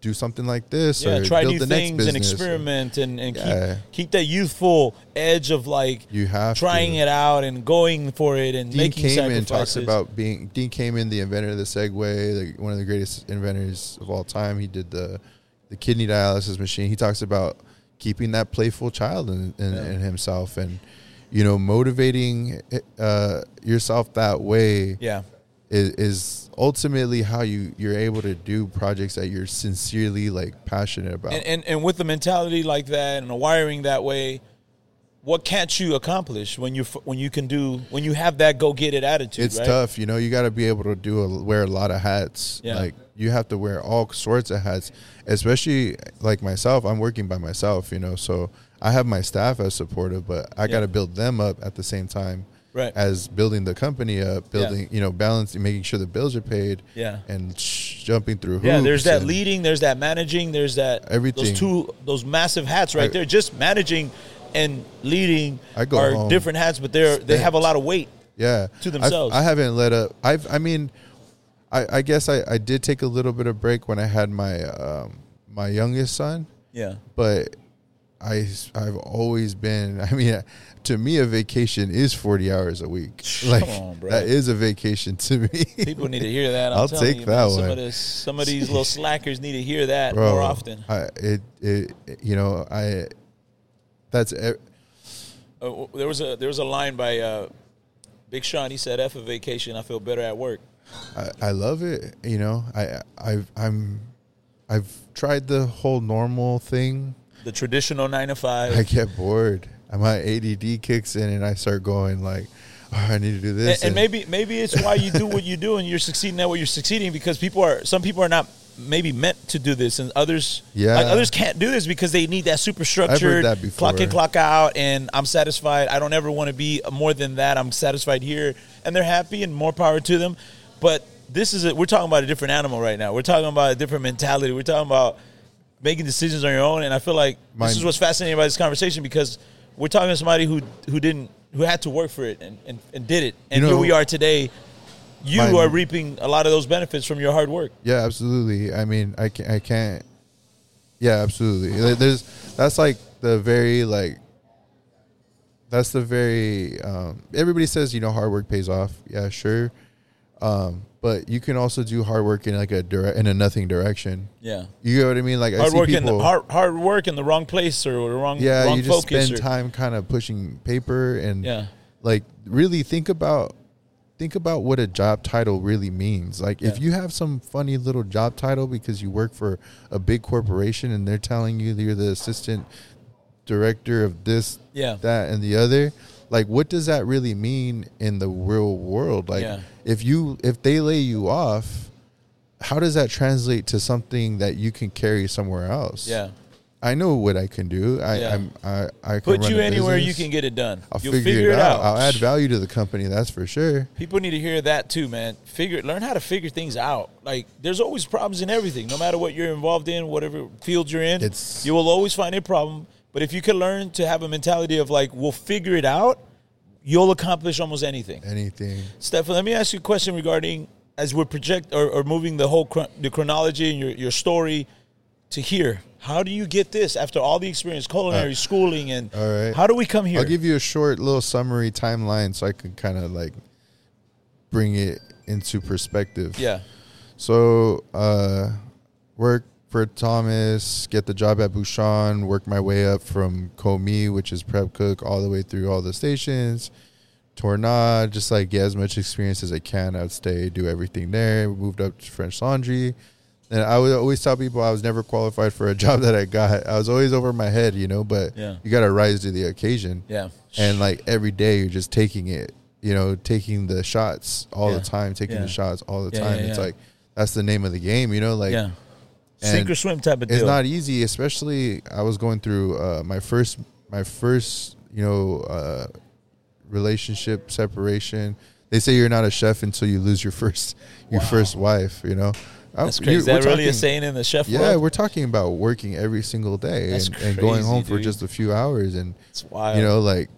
B: do something like this
A: Yeah,
B: or
A: try
B: build
A: new
B: the next
A: things
B: business.
A: and experiment and, and
B: Yeah.
A: keep, keep that youthful edge of like
B: You have
A: trying
B: to.
A: it out and going for it and
B: Dean
A: making
B: Kamen
A: sacrifices.
B: talks about being Dean Kamen, the inventor of the Segway, the, one of the greatest inventors of all time. He did the the kidney dialysis machine. He talks about keeping that playful child in, in, in himself and you know motivating uh, yourself that way.
A: yeah.
B: is, is ultimately how you you're able to do projects that you're sincerely like passionate about.
A: And, and and with the mentality like that and a wiring that way, what can't you accomplish when you f- when you can do when you have that go get it attitude?
B: it's
A: right?
B: tough, you know. You got to be able to do a, wear a lot of hats.
A: Yeah.
B: Like you have to wear all sorts of hats, especially like myself. I'm working by myself, you know, so I have my staff as supportive, but I got to build them up at the same time.
A: Right.
B: As building the company up, building you know balancing, making sure the bills are paid.
A: Yeah.
B: And sh- jumping through hoops.
A: Yeah, there's that
B: and-
A: leading, there's that managing, there's that
B: Everything.
A: Those two, those massive hats right
B: I-
A: there. Just managing and leading
B: I go
A: are
B: home
A: different hats, but they're they have a lot of weight.
B: yeah
A: to
B: I've-
A: themselves.
B: I, haven't let up i've i mean i i guess i i did take a little bit of break when i had my um my youngest son
A: Yeah,
B: but i i've always been i mean to me a vacation is 40 hours a week like
A: on, bro.
B: that is a vacation to me
A: people need to hear that. I'm
B: I'll
A: telling
B: take
A: you,
B: that
A: man, Some
B: one.
A: of, this, some of these little slackers need to hear that
B: Bro,
A: more often.
B: I, it it you know i that's e-
A: Uh, w- there was a there was a line by uh, Big Sean. He said, "F a vacation, I feel better at work."
B: I, I love it. You know, I I've I'm I've tried the whole normal thing.
A: The traditional nine to five.
B: I get bored. My ADD kicks in, and I start going like, oh, I need to do
A: and,
B: this.
A: and maybe maybe it's why you do what you do and you're succeeding at what you're succeeding because people are some people are not maybe meant to do this and others
B: Yeah.
A: like others can't do this because they need that super structured
B: that before.
A: clock in clock out and I'm satisfied I don't ever want to be more than that I'm satisfied here and they're happy and more power to them but this is a, we're talking about a different animal right now we're talking about a different mentality we're talking about making decisions on your own and I feel like
B: Mine-
A: this is what's fascinating about this conversation because we're talking to somebody who who didn't who had to work for it and, and, and did it and
B: You know-
A: here we are today you
B: Mine-
A: are reaping a lot of those benefits from your hard work
B: yeah, absolutely. I mean, I can't. I can't. Yeah, absolutely. Like, There's that's like the very like. That's the very. Um, everybody says you know hard work pays off. Yeah, sure. Um, but you can also do hard work in like a direct in a nothing direction.
A: yeah
B: You know what I mean? Like I
A: hard
B: see
A: work in
B: people,
A: the hard, hard work in the wrong place or the wrong
B: yeah,
A: wrong
B: you just
A: focus
B: spend
A: or-
B: time kind of pushing paper and
A: Yeah.
B: like really think about think about what a job title really means. Like if
A: Yeah.
B: you have some funny little job title because you work for a big corporation and they're telling you that you're the assistant director of this,
A: Yeah.
B: that and the other, like what does that really mean in the real world? Like
A: Yeah.
B: if you if they lay you off, how does that translate to something that you can carry somewhere else?
A: Yeah.
B: I know what I can do. I
A: Yeah.
B: I'm, I I can
A: Put
B: run
A: you
B: a
A: anywhere
B: business.
A: you can get it done.
B: I'll
A: You'll figure, it out.
B: I'll add value to the company. That's for sure.
A: People need to hear that too, man. Figure learn how to figure things out. Like there's always problems in everything, no matter what you're involved in, whatever field you're in.
B: It's-
A: you will always find a problem. But if you can learn to have a mentality of like, we'll figure it out, you'll accomplish almost anything.
B: Anything.
A: Stefan, let me ask you a question regarding as we're project or, or moving the whole chron- the chronology and your, your story to here. How do you get this after all the experience, culinary schooling, and
B: Uh, all right.
A: how do we come here?
B: I'll give you a short little summary timeline so I can kind of like bring it into perspective.
A: yeah,
B: So, uh, work for Thomas, get the job at Bouchon, work my way up from Komi, which is prep cook, all the way through all the stations. Tornad, just like get as much experience as I can. I'd stay, do everything there. Moved up to French Laundry. And I would always tell people I was never qualified for a job that I got. I was always over my head, you know, but
A: Yeah.
B: you got to rise to the occasion
A: yeah,
B: and like every day you're just taking it you know taking the shots all
A: Yeah.
B: the time taking
A: Yeah.
B: the shots all the
A: Yeah,
B: time
A: yeah,
B: it's
A: yeah.
B: like that's the name of the game you know like
A: yeah. Sink
B: and
A: or swim type of deal.
B: it's not easy especially i was going through uh, my first my first you know uh, relationship separation they say you're not a chef until you lose your first your first wife you know I-
A: That's
B: you-
A: crazy. Is
B: we're
A: that really a
B: talking-
A: saying in the chef
B: yeah
A: world?
B: we're talking about working every single day
A: That's
B: and, and going
A: crazy,
B: home for
A: dude.
B: just a few hours and
A: It's wild.
B: you know like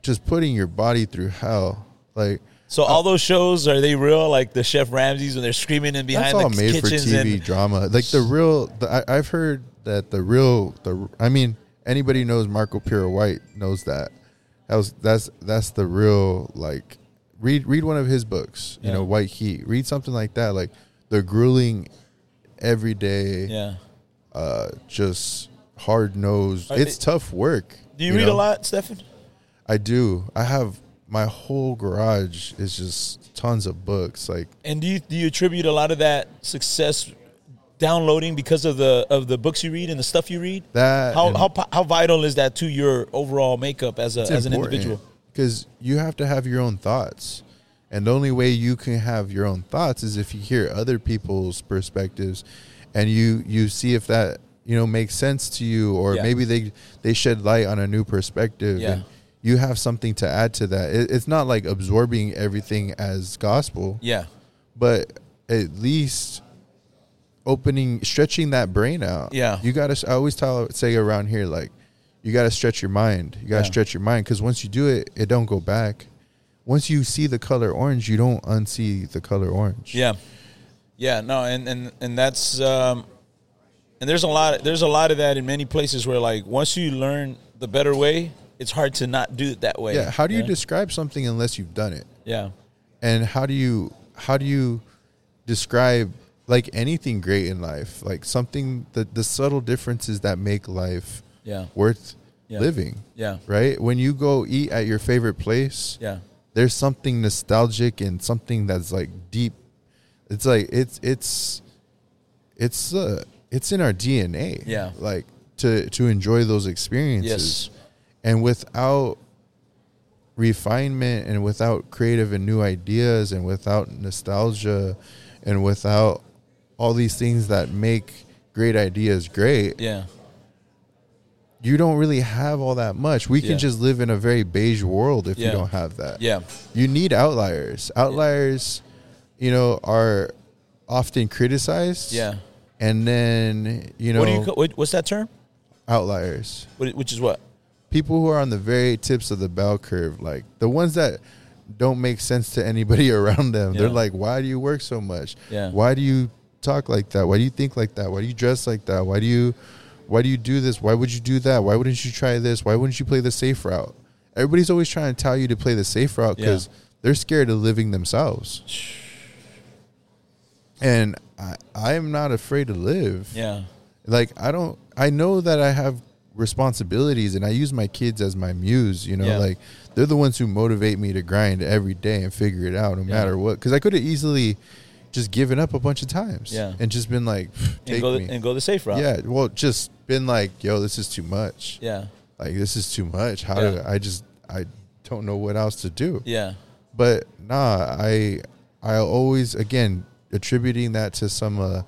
B: just putting your body through hell like
A: so all those shows are they real? Like the Chef Ramses when they're screaming in
B: that's
A: behind
B: all
A: the
B: made for
A: kitchens
B: tv
A: and
B: drama like the real the, I, i've heard that the real the i mean anybody knows marco pira white knows that that was that's that's the real like read read one of his books you
A: Yeah.
B: know white heat read something like that like the grueling everyday
A: yeah.
B: uh just hard nosed
A: Are
B: it's
A: they-
B: tough work
A: Do you, read
B: know?
A: a lot, Stefan?
B: I do. I have my whole garage is just tons of books. Like
A: And do you do you attribute a lot of that success downloading because of the of the books you read and the stuff you read?
B: that.
A: How how po- how vital is that to your overall makeup as a as an individual?
B: Because you have to have your own thoughts, and the only way you can have your own thoughts is if you hear other people's perspectives, and you you see if that you know makes sense to you, or
A: Yeah.
B: maybe they they shed light on a new perspective.
A: Yeah.
B: And, you have something to add to that. It, it's not like absorbing everything as gospel.
A: Yeah.
B: but at least opening stretching that brain out
A: Yeah.
B: you gotta i always tell say around here like you gotta stretch your mind you gotta
A: Yeah.
B: stretch your mind because once you do it it don't go back once you see the color orange you don't unsee the color orange
A: Yeah. Yeah, no, and and and that's um and there's a lot there's a lot of that in many places where like once you learn the better way, it's hard to not do it that way.
B: yeah how do you
A: Yeah.
B: describe something unless you've done it
A: Yeah.
B: and how do you how do you describe like anything great in life like something the, the subtle differences that make life
A: Yeah.
B: worth
A: Yeah.
B: living
A: Yeah.
B: right? When you go eat at your favorite place,
A: Yeah.
B: there's something nostalgic and something that's like deep. It's like it's it's it's uh it's in our DNA.
A: Yeah.
B: Like to to enjoy those experiences.
A: Yes.
B: And without refinement and without creative and new ideas and without nostalgia and without all these things that make great ideas great,
A: Yeah.
B: you don't really have all that much. We can
A: Yeah.
B: just live in a very beige world if
A: Yeah.
B: you don't have that.
A: Yeah.
B: You need outliers. Outliers, you know, are often criticized.
A: Yeah.
B: And then, you know,
A: What do you ca- what, what's that term?
B: outliers.
A: What, which is what?
B: People who are on the very tips of the bell curve, like the ones that don't make sense to anybody around them. They're
A: Yeah.
B: like, why do you work so much?
A: Yeah.
B: Why do you talk like that? Why do you think like that? Why do you dress like that? Why do you why do you do this? Why would you do that? Why wouldn't you try this? Why wouldn't you play the safe route? Everybody's always trying to tell you to play the safe route because
A: Yeah.
B: they're scared of living themselves. And I I am not afraid to live
A: Yeah.
B: like i don't i know that i have responsibilities and I use my kids as my muse, you know,
A: Yeah.
B: like they're the ones who motivate me to grind every day and figure it out no matter what cuz I could have easily just given up a bunch of times
A: Yeah.
B: and just been like
A: and
B: take
A: go
B: me.
A: and go the safe route.
B: yeah, well just been like, yo, this is too much.
A: yeah,
B: Like this is too much. How
A: Yeah.
B: do I just I don't know what else to do
A: yeah,
B: but nah i i always again attributing that to some uh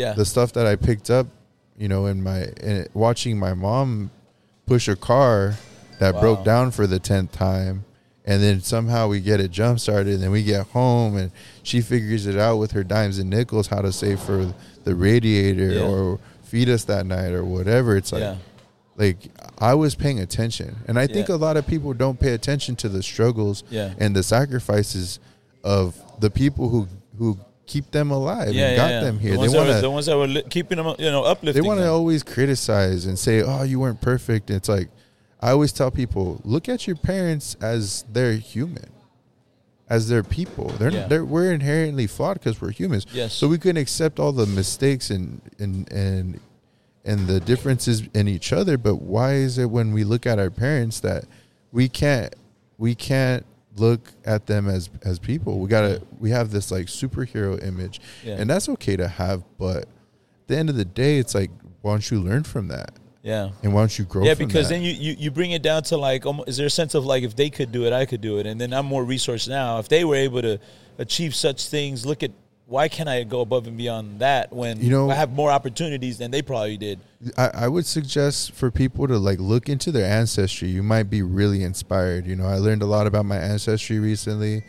A: yeah.
B: the stuff that i picked up you know in my in, watching my mom push a car that
A: Wow.
B: broke down for the 10th time and then somehow we get it jump started and then we get home and she figures it out with her dimes and nickels how to save for the radiator
A: Yeah.
B: or feed us that night or whatever it's like
A: Yeah.
B: like I was paying attention, and I think
A: Yeah.
B: a lot of people don't pay attention to the struggles
A: Yeah.
B: and the sacrifices of the people who who keep them alive
A: yeah,
B: and
A: yeah,
B: got
A: yeah.
B: them here.
A: The
B: they
A: ones,
B: want
A: that, were- the
B: to
A: ones that were li- keeping them, you know,
B: they
A: uplifting.
B: want to
A: them.
B: always criticize and say, "Oh, you weren't perfect." It's like I always tell people, look at your parents as they're human. As their people, they're,
A: Yeah.
B: they're we're inherently flawed because we're humans.
A: Yes.
B: So we can accept all the mistakes and and and and the differences in each other but why is it when we look at our parents that we can't we can't look at them as as people we gotta we have this like superhero image
A: Yeah.
B: and that's okay to have but at the end of the day it's like why don't you learn from that
A: yeah.
B: and why don't you grow
A: Yeah,
B: from
A: because
B: that?
A: then you, you, you bring it down to like, almo- is there a sense of like, if they could do it, I could do it, and then I'm more resourced now. If they were able to achieve such things, look at why can I go above and beyond that when
B: You know-
A: I have more opportunities than they probably did.
B: I, I would suggest for people to like look into their ancestry. You might be really inspired. You know, I learned a lot about my ancestry recently,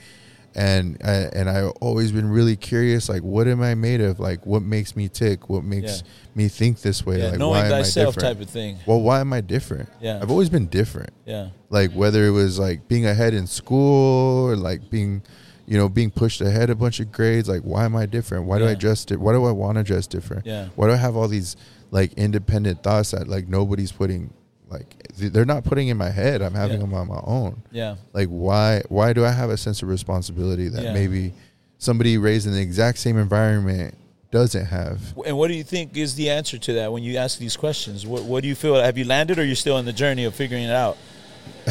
B: and I, and I've always been really curious. Like, what am I made of? Like, what makes me tick? What makes
A: Yeah.
B: me think this way?
A: Yeah,
B: like,
A: knowing
B: why am I
A: thyself
B: different?
A: type of thing.
B: Well, why am I different?
A: Yeah.
B: I've always been different
A: Yeah,
B: like whether it was like being ahead in school or like being you know being pushed ahead a bunch of grades like why am i different why do
A: Yeah.
B: i dress di- why do i want to dress different
A: Yeah.
B: why do i have all these like independent thoughts that like nobody's putting like th- they're not putting in my head i'm having
A: Yeah.
B: them on my own
A: yeah,
B: like why why do i have a sense of responsibility that
A: Yeah.
B: maybe somebody raised in the exact same environment doesn't have
A: W- And what do you think is the answer to that when you ask these questions? What What do you feel? Have you landed, or you're still on the journey of figuring it out?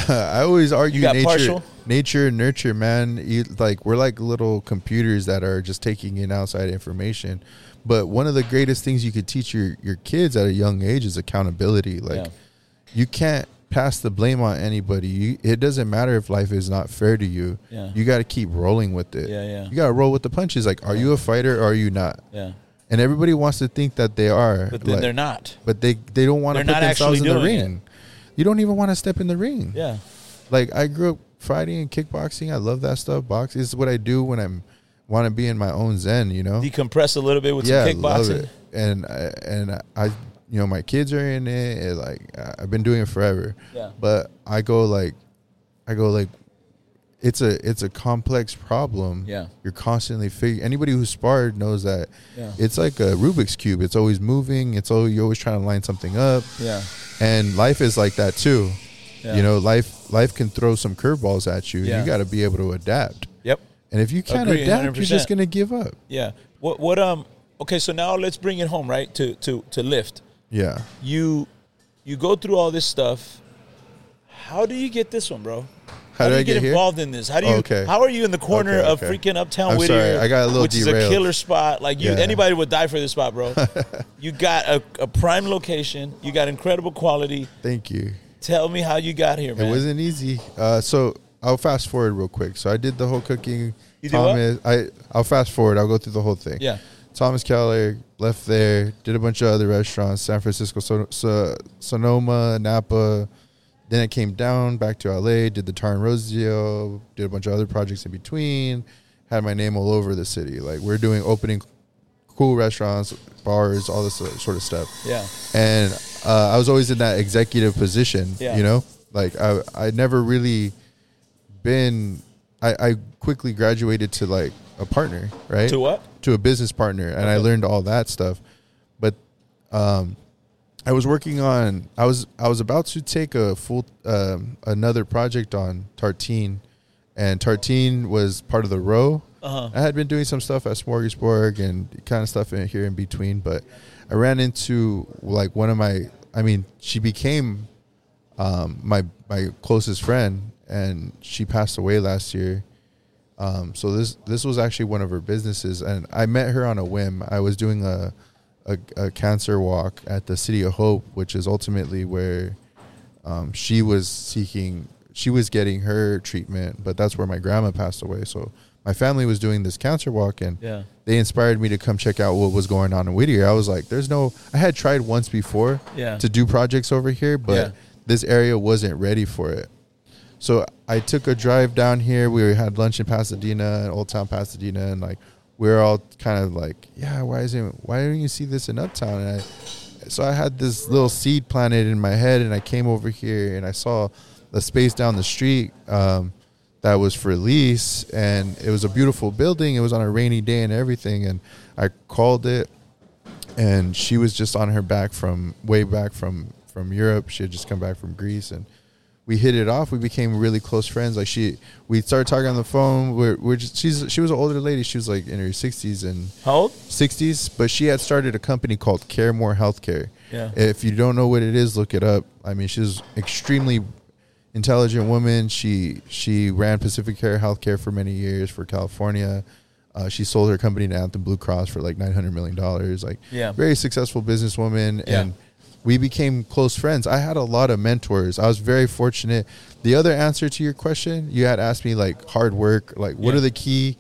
B: I always argue
A: got
B: nature,
A: partial?
B: nature and nurture, man. You, like we're like little computers that are just taking in outside information. But one of the greatest things you could teach your your kids at a young age is accountability. Like
A: Yeah.
B: you can't pass the blame on anybody. You, it doesn't matter if life is not fair to you.
A: Yeah.
B: You got to keep rolling with it.
A: Yeah, yeah.
B: You got to roll with the punches. Like, are you a fighter or are you not?
A: Yeah,
B: And everybody wants to think that they are,
A: but then
B: like-
A: they're not.
B: But they they don't want to
A: They're
B: put
A: not actually
B: themselves in the
A: doing it.
B: ring. You don't even want to step in the ring
A: Yeah,
B: like I grew up fighting and kickboxing. I love that stuff. Box is what I do when I'm want to be in my own zen. You know,
A: decompress a little bit with
B: yeah, I
A: some
B: love
A: kickboxing.
B: it. And I, and I, you know, my kids are in it. And like I- I've been doing it forever.
A: Yeah.
B: But I go like, I go like, it's a it's a complex problem.
A: Yeah.
B: You're constantly figuring. Anybody who's sparred knows that.
A: Yeah.
B: It's like a Rubik's cube. It's always moving. It's always you're always trying to line something up
A: Yeah,
B: and life is like that too.
A: Yeah.
B: You know, life life can throw some curveballs at you.
A: Yeah.
B: You got to be able to adapt.
A: yep.
B: And if you can't
A: Agree,
B: adapt, you are
A: 100%.
B: just gonna give up.
A: Yeah. What what um okay, so now let's bring it home, right? To to to lift.
B: Yeah.
A: You you go through all this stuff. How do you get this one, bro?
B: How
A: do
B: did
A: you
B: I
A: get,
B: get here?
A: involved in this? How do you?
B: Okay.
A: How are you in the corner
B: Okay,
A: of
B: okay.
A: freaking Uptown
B: I'm
A: Whittier?
B: sorry, I got a little
A: which is a
B: derailed.
A: killer spot. Like you,
B: Yeah.
A: anybody would die for this spot, bro. you got a, a prime location. You got incredible quality.
B: Thank you.
A: Tell me how you got here, man.
B: It wasn't easy. Uh, so I'll fast forward real quick. So I did the whole cooking.
A: You did what?
B: Thomas, I I'll fast forward. I'll go through the whole thing.
A: Yeah.
B: Thomas Keller left there. Did a bunch of other restaurants: San Francisco, Son- So- Sonoma, Napa. Then I came down back to LA. Did the Tar and Rosio. Did a bunch of other projects in between. Had my name all over the city. Like we're doing opening cool restaurants, bars, all this sort of stuff
A: yeah.
B: and uh, I was always in that executive position.
A: Yeah.
B: You know, like I I never really been. I, I quickly graduated to like a partner, right?
A: To what?
B: To a business partner, and I learned all that stuff. But um, I was working on. I was I was about to take a full um, another project on Tartine, and Tartine was part of the row.
A: Uh-huh.
B: I had been doing some stuff at Smorgasborg and kind of stuff in here in between, but I ran into like one of my I mean, she became um, my my closest friend, and she passed away last year. Um, so this this was actually one of her businesses, and I met her on a whim. I was doing a a, a cancer walk at the City of Hope, which is ultimately where um, she was seeking. She was getting her treatment, but that's where my grandma passed away. So my family was doing this cancer walk, and
A: Yeah.
B: they inspired me to come check out what was going on in Whittier. I was like, "There's no." I had tried once before
A: Yeah.
B: to do projects over here, but
A: Yeah.
B: this area wasn't ready for it. So I took a drive down here. We had lunch in Pasadena, in Old Town Pasadena, and like we were all kind of like, yeah, why isn't why don't you see this in Uptown? And I, so I had this little seed planted in my head, and I came over here and I saw a space down the street um, that was for lease, and it was a beautiful building. It was on a rainy day and everything, and I called it and she was just on her back from way back from from Europe. She had just come back from Greece, and we hit it off. We became really close friends. Like she, we started talking on the phone. We're, we're just, she's she was an older lady. She was like in her sixties and
A: How old?
B: sixties, but she had started a company called Care More Healthcare.
A: Yeah.
B: If you don't know what it is, look it up. I mean, she's extremely intelligent woman. She she ran Pacific Care Healthcare for many years for California. Uh, she sold her company to Anthem Blue Cross for like nine hundred million dollars. Like,
A: Yeah.
B: very successful businesswoman,
A: Yeah.
B: and we became close friends. I had a lot of mentors. I was very fortunate. The other answer to your question, you had asked me like hard work. Like, what
A: Yeah.
B: are the key,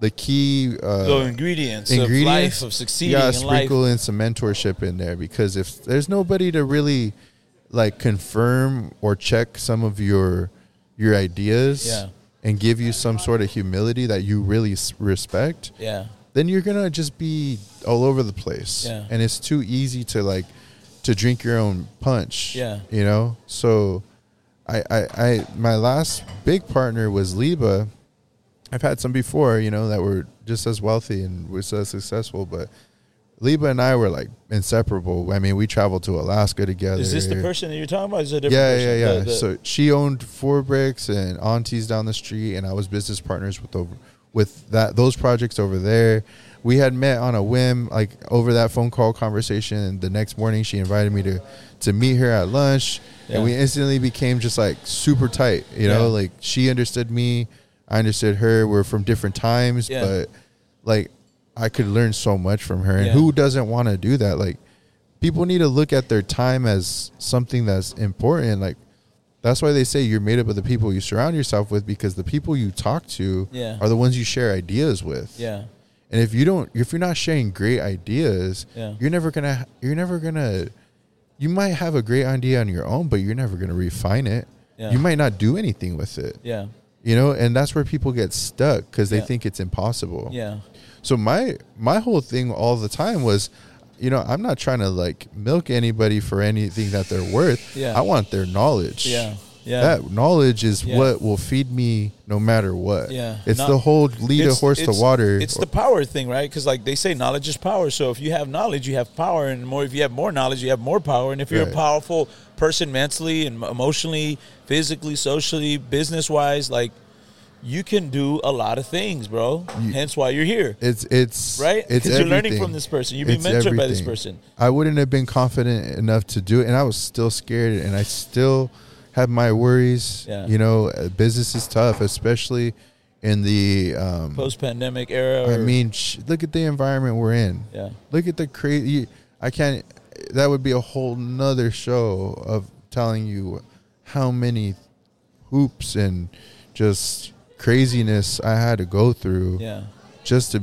B: the key uh,
C: the ingredients,
B: ingredients
C: of life of succeeding
B: You gotta
C: in life.
B: sprinkle in some mentorship in there because if there's nobody to really like confirm or check some of your your ideas
A: Yeah.
B: and give you some sort of humility that you really s- respect,
A: Yeah.
B: then you're gonna just be all over the place.
A: Yeah.
B: And it's too easy to like to drink your own punch.
A: Yeah.
B: You know? So I I, I my last big partner was Liba. I've had some before, you know, that were just as wealthy and was as successful, but Liba and I were like inseparable. I mean, we traveled to Alaska together.
A: Is this the person that you're talking about? Is it a different
B: Yeah,
A: person?
B: yeah, yeah.
A: The- the-
B: so she owned four bricks and aunties down the street, and I was business partners with over with that those projects over there. We had met on a whim, like over that phone call conversation. And the next morning, she invited me to to meet her at lunch,
A: Yeah.
B: and we instantly became just like super tight. You know,
A: Yeah.
B: like she understood me, I understood her. We're from different times,
A: Yeah.
B: but like I could learn so much from her. And
A: Yeah.
B: who doesn't want to do that? Like people need to look at their time as something that's important. Like that's why they say you're made up of the people you surround yourself with because the people you talk to
A: Yeah.
B: are the ones you share ideas with.
A: yeah.
B: And if you don't if you're not sharing great ideas,
A: Yeah.
B: you're never going to you're never going to you might have a great idea on your own, but you're never going to refine it.
A: Yeah.
B: You might not do anything with it.
A: Yeah.
B: You know, and that's where people get stuck cuz they
A: Yeah.
B: think it's impossible.
A: Yeah.
B: So my my whole thing all the time was, you know, I'm not trying to like milk anybody for anything that they're worth.
A: Yeah.
B: I want their knowledge.
A: Yeah. Yeah.
B: That knowledge is
A: Yeah.
B: what will feed me no matter what.
A: Yeah.
B: It's
A: Not-
B: the whole lead a
A: It's-
B: horse to
A: it's-
B: water.
A: It's the power thing, right? Because like they say, knowledge is power. So if you have knowledge, you have power, and more. If you have more knowledge, you have more power. And if you're
B: Right.
A: a powerful person mentally and emotionally, physically, socially, business wise, like you can do a lot of things, bro.
B: You-
A: Hence why you're here.
B: It's it's
A: Right?
B: It's
A: 'Cause you're learning
B: everything.
A: from this person. You're being mentored by this person.
B: I wouldn't have been confident enough to do it, and I was still scared, and I still have my worries.
A: Yeah.
B: You know, uh, business is tough, especially in the um,
A: Post pandemic era.
B: I
A: or-
B: mean, sh- look at the environment we're in.
A: Yeah.
B: Look at the crazy. I can't. That would be a whole nother show of telling you how many hoops and just craziness I had to go through
A: yeah,
B: just to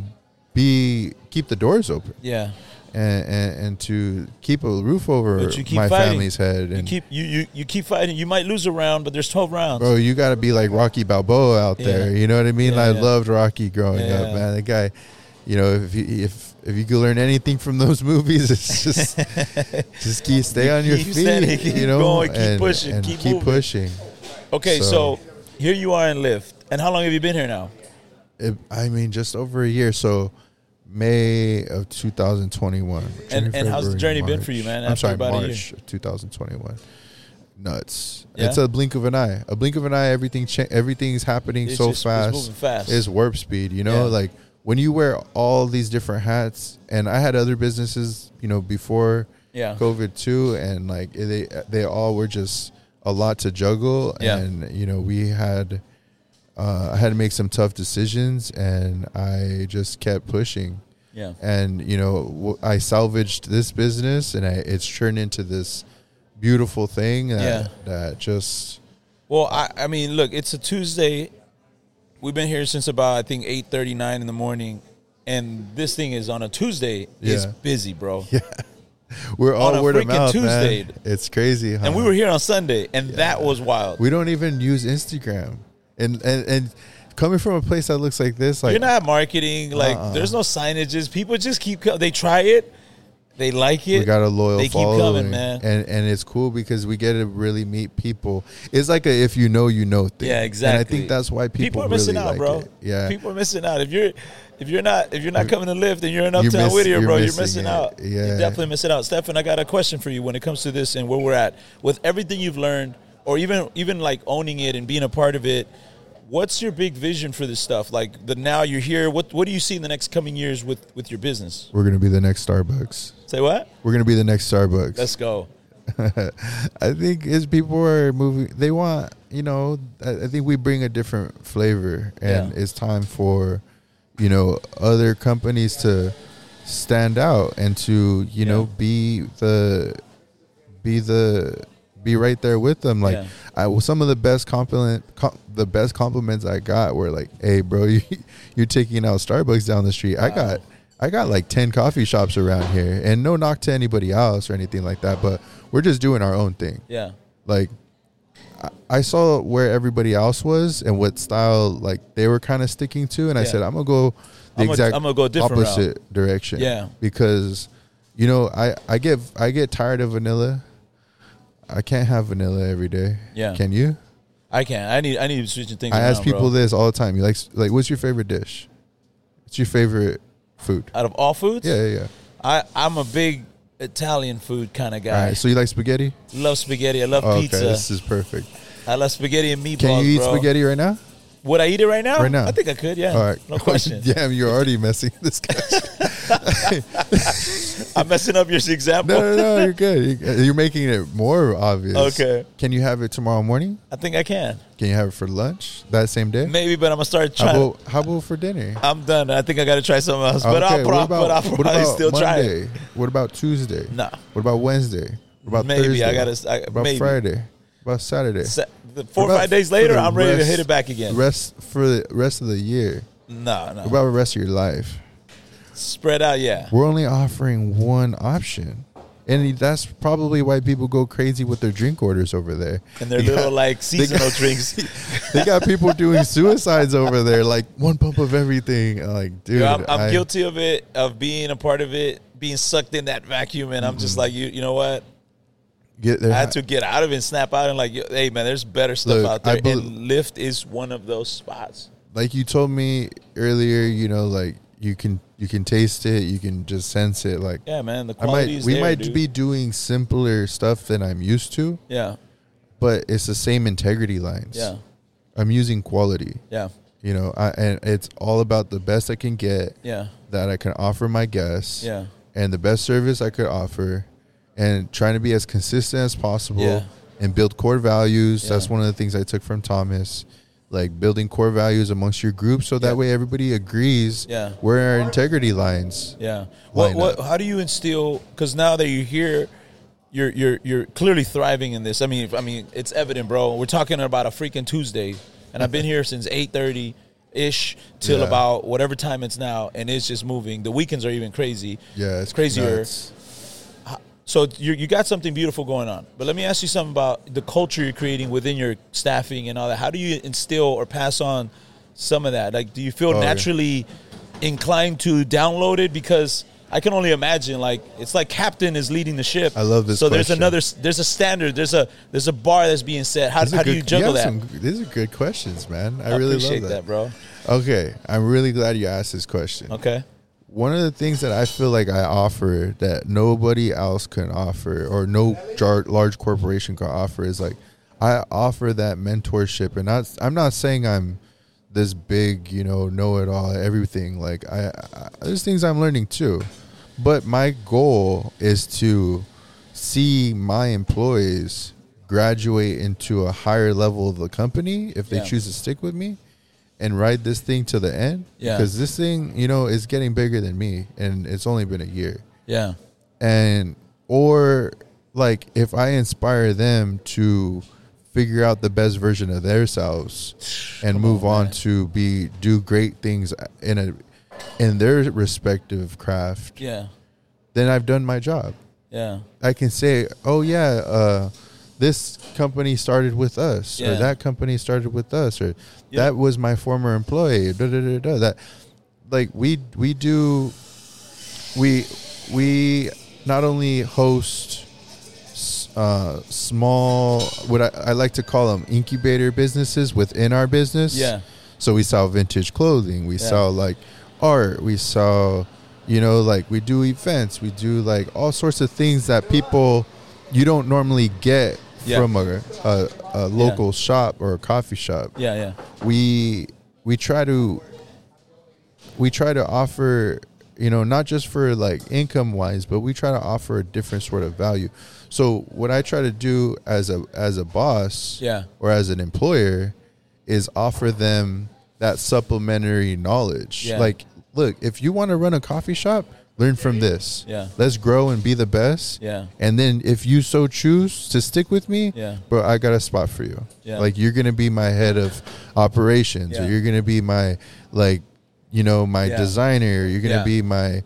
B: be keep the doors open
A: yeah.
B: and, and, and to keep a roof over
A: But you keep
B: my
A: fighting.
B: family's head.
A: You
B: And
A: keep you, you you keep fighting. You might lose a round, but there's twelve rounds.
B: bro, you got to be like Rocky Balboa out
A: Yeah.
B: there. You know what I mean?
A: Yeah,
B: I
A: yeah.
B: loved Rocky growing
A: Yeah.
B: up, man. That guy, you know, if you, if if you could learn anything from those movies, it's just just keep stay on your
A: keep
B: feet.
A: standing, keep
B: you know,
A: going, keep
B: and,
A: pushing,
B: and
A: keep
B: keep
A: moving.
B: pushing.
A: Okay,
B: So-
A: so, here you are in Lyft. And how long have you been here now?
B: It, I mean, just over a year. So May of 2021.
A: And- and how's the
B: February,
A: journey been for you, man,
B: I'm
A: after
B: sorry,
A: about a year?
B: March of 2021. Nuts!
A: Yeah?
B: It's a blink of an eye. A blink of an eye. Everything. Cha- everything's happening
A: It's
B: so
A: just- it's
B: fast.
A: moving fast.
B: It's warp speed. You know,
A: Yeah.
B: like when you wear all these different hats. And I had other businesses, you know, before
A: Yeah.
B: COVID too, and like they they all were just a lot to juggle,
A: Yeah.
B: and you know we had uh, I had to make some tough decisions, and I just kept pushing,
A: Yeah.
B: and you know w- I salvaged this business, and I, it's turned into this beautiful thing that that just
A: Well, I, I mean, look, it's a Tuesday. We've been here since about I think eight thirty nine in the morning, and this thing is on a Tuesday. It's
B: Yeah.
A: busy, bro.
B: we're all
A: On a
B: word
A: freaking
B: of mouth,
A: Tuesday.
B: man. It's crazy, huh?
A: And we were here on Sunday, and that was wild.
B: we don't even use Instagram, and and and coming from a place that looks like this, like
A: You're not marketing. Like,
B: Uh-uh.
A: there's no signages. People just keep. co- They try it. They like it.
B: We got a loyal
A: They keep coming,
B: following,
A: man.
B: and and it's cool because we get to really meet people. It's like a if you know, you know thing.
A: Yeah, exactly.
B: And I think that's why people,
A: are missing
B: really
A: out,
B: like
A: bro.
B: it. Yeah,
A: people are missing out. If you're if you're not if you're not coming to live, then you're in
B: you
A: Uptown
B: miss-
A: Whittier,
B: you're
A: bro. You're
B: missing
A: missing
B: it.
A: out.
B: Yeah.
A: You're definitely missing out. Stefan, I got a question for you when it comes to this and where we're at with everything you've learned, or even even like owning it and being a part of it. What's your big vision for this stuff? Like the now you're here. What what do you see in the next coming years with with your business?
B: we're gonna be the next Starbucks.
A: Say what?
B: We're gonna be the next Starbucks.
A: Let's go.
B: I think as people are moving, they want you know. I, I think we bring a different flavor, and
A: Yeah.
B: it's time for you know other companies to stand out and to you know
A: Yeah.
B: be the be the be right there with them. Like
A: Yeah.
B: I well, some of the best compliment com, the best compliments I got were like, "Hey, bro, you, you're taking out Starbucks down the street. I got." I got like 10 coffee shops around here and no knock to anybody else or anything like that, but we're just doing our own thing
A: Yeah.
B: like I- I saw where everybody else was and what style like they were kind of sticking to, and I
A: Yeah.
B: said I'm gonna go the
A: I'm gonna-
B: exact
A: I'm gonna go a different route."
B: opposite direction.
A: Yeah.
B: because you know I I get I get tired of vanilla. I can't have vanilla every day.
A: Yeah.
B: can you?
A: I can. I need I need to switch things.
B: I
A: around,
B: ask people
A: bro.
B: this all the time. You like like what's your favorite dish? What's your favorite food?
A: out of all foods.
B: Yeah, yeah, yeah.
A: I I'm a big Italian food kind of
B: All
A: guy.
B: right. So you like spaghetti?
A: Love spaghetti. I love
B: Oh, okay,
A: pizza.
B: this is perfect.
A: I love spaghetti and meatballs.
B: Can you eat
A: bro.
B: spaghetti right now?
A: Would I eat it right now?
B: Right now.
A: I think I could. Yeah.
B: All right.
A: No question.
B: Damn, you're already messing this guy.
A: I'm messing up your example.
B: No, no, no, you're good. You- You're making it more obvious.
A: Okay.
B: Can you have it tomorrow morning?
A: I think I can.
B: Can you have it for lunch that same day?
A: Maybe, but I'm gonna start
B: How
A: trying.
B: about, how about for dinner?
A: I'm done. I think I gotta try something else. But
B: Okay,
A: I'll probably, but I'll
B: what
A: probably
B: about
A: still try it.
B: Monday? What about Tuesday?
A: Nah.
B: What about Wednesday? What about
A: Maybe, I
B: Thursday?
A: gotta- I-
B: What about
A: maybe.
B: Friday? What about Saturday?
A: Sa- the Four
B: What
A: or
B: about
A: five days
B: for
A: later,
B: the
A: I'm ready to
B: rest-
A: hit it back again.
B: Rest for the rest of the year.
A: no, no.
B: What about the rest of your life?
A: Spread out, yeah.
B: We're only offering one option. And that's probably why people go crazy with their drink orders over there.
A: And their
B: They got-
A: little like
B: they got-
A: seasonal drinks.
B: they got people doing suicides over there, like one pump of everything. I'm Like, dude,
A: Yo, I'm, I'm
B: I-
A: guilty of it, of being a part of it, being sucked in that vacuum, and I'm
B: Mm-hmm.
A: just like, you, you know what?
B: Get there.
A: I had to get out of it and snap out and like, yo, hey man, there's better stuff
B: Look,
A: out
B: I
A: there,
B: bel-
A: and Lyft is one of those spots.
B: Like you told me earlier, you know, like you can you can taste it, you can just sense it. Like,
A: Yeah, man, the
B: I
A: quality
B: might
A: is
B: we
A: there,
B: might
A: dude.
B: be doing simpler stuff than I'm used to,
A: yeah,
B: but it's the same integrity lines.
A: yeah,
B: I'm using quality.
A: yeah,
B: You know, I, and it's all about the best I can get
A: yeah,
B: that I can offer my guests.
A: yeah,
B: and the best service I could offer and trying to be as consistent as possible
A: Yeah.
B: and build core values. That's
A: Yeah.
B: one of the things I took from Thomas. Like building core values amongst your group so that
A: Yeah.
B: way everybody agrees
A: Yeah.
B: where our integrity lines.
A: yeah. What,
B: Line
A: what?
B: up.
A: How do you instill? Because now that you're here, you're you're you're clearly thriving in this. I mean, I mean, it's evident, bro. We're talking about a freaking Tuesday, and I've been here since eight thirty ish till
B: Yeah.
A: about whatever time it's now, and it's just moving. The weekends are even crazy.
B: Yeah, it's
A: crazier.
B: nuts.
A: So you you got something beautiful going on, but let me ask you something about the culture you're creating within your staffing and all that. How do you instill or pass on some of that? Like, do you feel
B: Oh, yeah.
A: naturally inclined to download it? Because I can only imagine, like it's like captain is leading the ship.
B: I love this
A: So there's
B: question.
A: another, there's a standard, there's a there's a bar that's being set. How,
B: These are
A: how do
B: good-
A: you juggle
B: have
A: that?
B: some- these are good questions, man. I, really
A: appreciate
B: love
A: that, bro.
B: Okay, I'm really glad you asked this question.
A: Okay.
B: one of the things that I feel like I offer that nobody else can offer or no jar- large corporation can offer is like I offer that mentorship and not I'm not saying I'm this big, you know, know it all everything like I, I there's things I'm learning too. But my goal is to see my employees graduate into a higher level of the company if they
A: Yeah.
B: choose to stick with me and ride this thing to the end.
A: Yeah.
B: Because this thing, you know, is getting bigger than me and it's only been a year.
A: Yeah.
B: And, or like if I inspire them to figure out the best version of themselves and move on, to be, do great things in a, in their respective craft,
A: Yeah.
B: then I've done my job.
A: Yeah.
B: I can say, oh yeah, uh, this company started with us, or
A: Yeah.
B: that company started with us, or
C: Yeah.
B: that was my former employee. Da, da, da, da, that, like we we do, we we not only host s- uh, small what I, I like to call them incubator businesses within our business.
A: Yeah.
B: So we sell vintage clothing. We
A: Yeah.
B: sell like art. We sell, you know, like we do events. We do like all sorts of things that people you don't normally get
A: Yeah.
B: from a, a, a local shop or a coffee shop.
A: Yeah. Yeah.
B: We we try to we try to offer you know not just for like income wise but we try to offer a different sort of value so what i try to do as a as a boss
A: Yeah.
B: or as an employer is offer them that supplementary knowledge
A: Yeah.
B: like look if you want to run a coffee shop learn from this
A: Yeah.
B: let's grow and be the best
A: Yeah.
B: and then if you so choose to stick with me
A: Yeah.
B: bro i got a spot for you
A: Yeah.
B: like you're gonna be my head of operations
A: Yeah.
B: or you're gonna be my like you know my
A: Yeah.
B: designer you're gonna
A: Yeah.
B: be my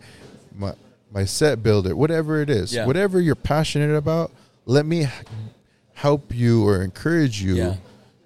B: my my set builder whatever it is
A: Yeah.
B: whatever you're passionate about let me h- help you or encourage you
A: Yeah.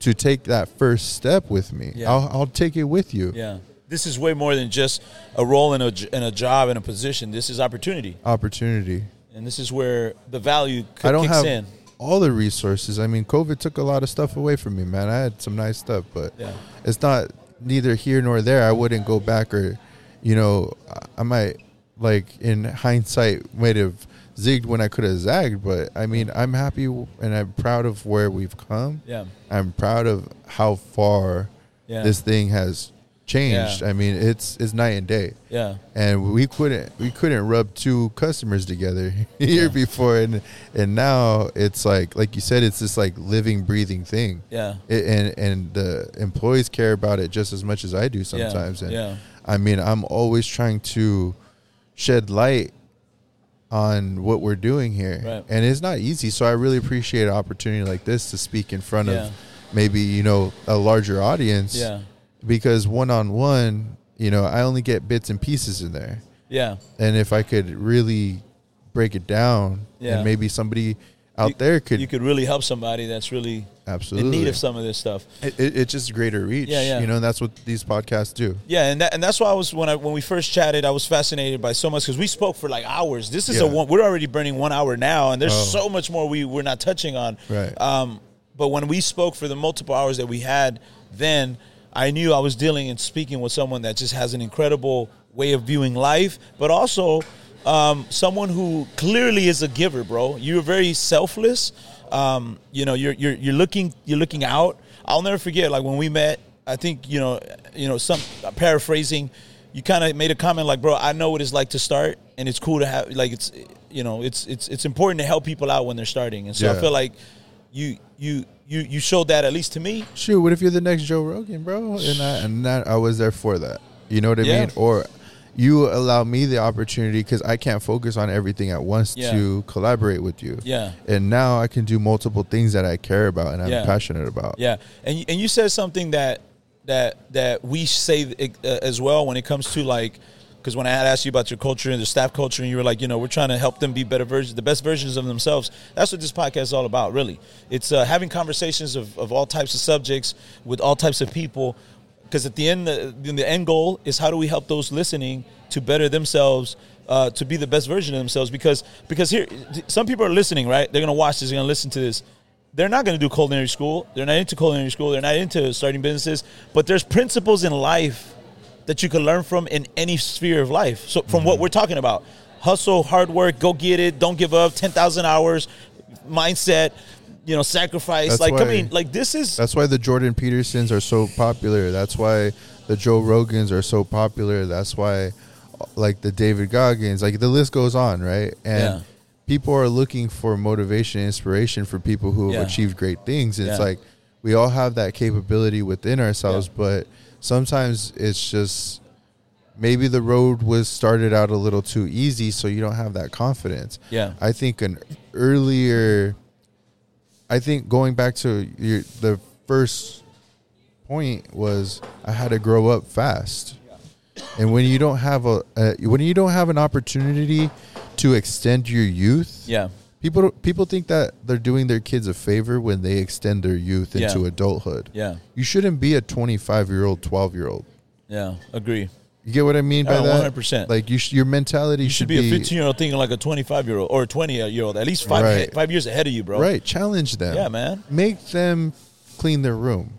B: to take that first step with me
A: Yeah.
B: I'll, I'll take it with you
A: Yeah. This is way more than just a role in a, j- in a job and a position. This is opportunity.
B: opportunity
A: And this is where the value c-
B: i don't
A: kicks
B: have
A: in.
B: all the resources i mean covid took a lot of stuff away from me man i had some nice stuff but
A: Yeah.
B: it's not neither here nor there. I wouldn't go back or, you know, I- I might like in hindsight might have zigged when I could have zagged, but I mean, I'm happy w- and I'm proud of where we've come.
A: Yeah.
B: I'm proud of how far
A: Yeah.
B: this thing has changed.
A: Yeah.
B: I mean, it's it's night and day.
A: Yeah.
B: And we couldn't we couldn't rub two customers together here before and and now it's like like you said it's this like living breathing thing
A: Yeah.
B: it, and and the employees care about it just as much as I do sometimes. And
A: yeah.
B: I mean, I'm always trying to shed light on what we're doing here,
A: Right.
B: and it's not easy. So I really appreciate an opportunity like this to speak in front
A: Yeah.
B: of maybe you know a larger audience.
A: Yeah.
B: because one on one, you know, I only get bits and pieces in there
A: Yeah.
B: and if I could really break it down,
A: Yeah.
B: and maybe somebody out
A: You-
B: there could,
A: You could really help somebody that's really in
B: absolutely
A: need of some of this stuff.
B: It, it, it's just greater reach.
A: Yeah, yeah.
B: You know, and that's what these podcasts do.
A: Yeah, and that, and that's why I was when I when we first chatted, I was fascinated by so much because we spoke for like hours. This is a
B: Yeah.
A: one we're already burning one hour now, and there's
B: Oh.
A: so much more we we're not touching on.
B: Right.
A: Um, but when we spoke for the multiple hours that we had, then I knew I was dealing and speaking with someone that just has an incredible way of viewing life, but also um, someone who clearly is a giver, bro. You're very selfless. Um, you know, you're you're you're looking you're looking out. I'll never forget like when we met. I think you know you know some paraphrasing. You kind of made a comment like, "Bro, I know what it's like to start, and it's cool to have like it's you know it's it's it's important to help people out when they're starting." And so I
B: Yeah.
A: feel like you you you you showed that at least to me.
B: Shoot, what if you're the next Joe Rogan, bro? And I and that, I was there for that. You know what I
A: Yeah.
B: mean? Or you allow me the opportunity because I can't focus on everything at once
A: Yeah.
B: to collaborate with you.
A: Yeah.
B: And now I can do multiple things that I care about and I'm
A: Yeah.
B: passionate about.
A: Yeah, and you- and you said something that that that we say uh, as well when it comes to like because when I had asked you about your culture and the staff culture, and you were like, you know, we're trying to help them be better versions, the best versions of themselves. That's what this podcast is all about, really. It's uh, having conversations of, of all types of subjects with all types of people, because at the end, the, the end goal is how do we help those listening to better themselves, uh, to be the best version of themselves. Because because here, some people are listening, right? They're gonna watch this, they're gonna listen to this, they're not going to do culinary school. They're not into culinary school. They're not into starting businesses. But there's principles in life that you can learn from in any sphere of life. So from
B: Mm-hmm.
A: what we're talking about, hustle, hard work, go get it, don't give up, ten thousand hours, mindset, you know, sacrifice.
B: That's
A: like I
B: why-
A: mean, like this is
B: That's why the Jordan Petersons are so popular. That's why the Joe Rogans are so popular. That's why, like the David Goggins, like the list goes on, right? And
A: Yeah.
B: people are looking for motivation, inspiration for people who have
A: Yeah.
B: achieved great things. And It's
A: Yeah.
B: like we all have that capability within ourselves, but sometimes it's just maybe the road was started out a little too easy, so you don't have that confidence.
A: Yeah.
B: I think an earlier, I think going back to your, the first point was I had to grow up fast. And when you don't have a, a when you don't have an opportunity to extend your youth,
A: Yeah.
B: people people think that they're doing their kids a favor when they extend their youth
A: Yeah.
B: into adulthood.
A: Yeah.
B: You shouldn't be a 25-year-old, 12-year-old.
A: Yeah. Agree.
B: You get what I mean by
A: Yeah,
B: that?
A: 100%.
B: Like you sh- your mentality
A: You should
B: should,
A: be a 15 year old thinking like a 25 year old or a 20 year old. At least five
B: Right.
A: he- five years ahead of you, bro.
B: Right. Challenge them.
A: Yeah, man.
B: Make them clean their room.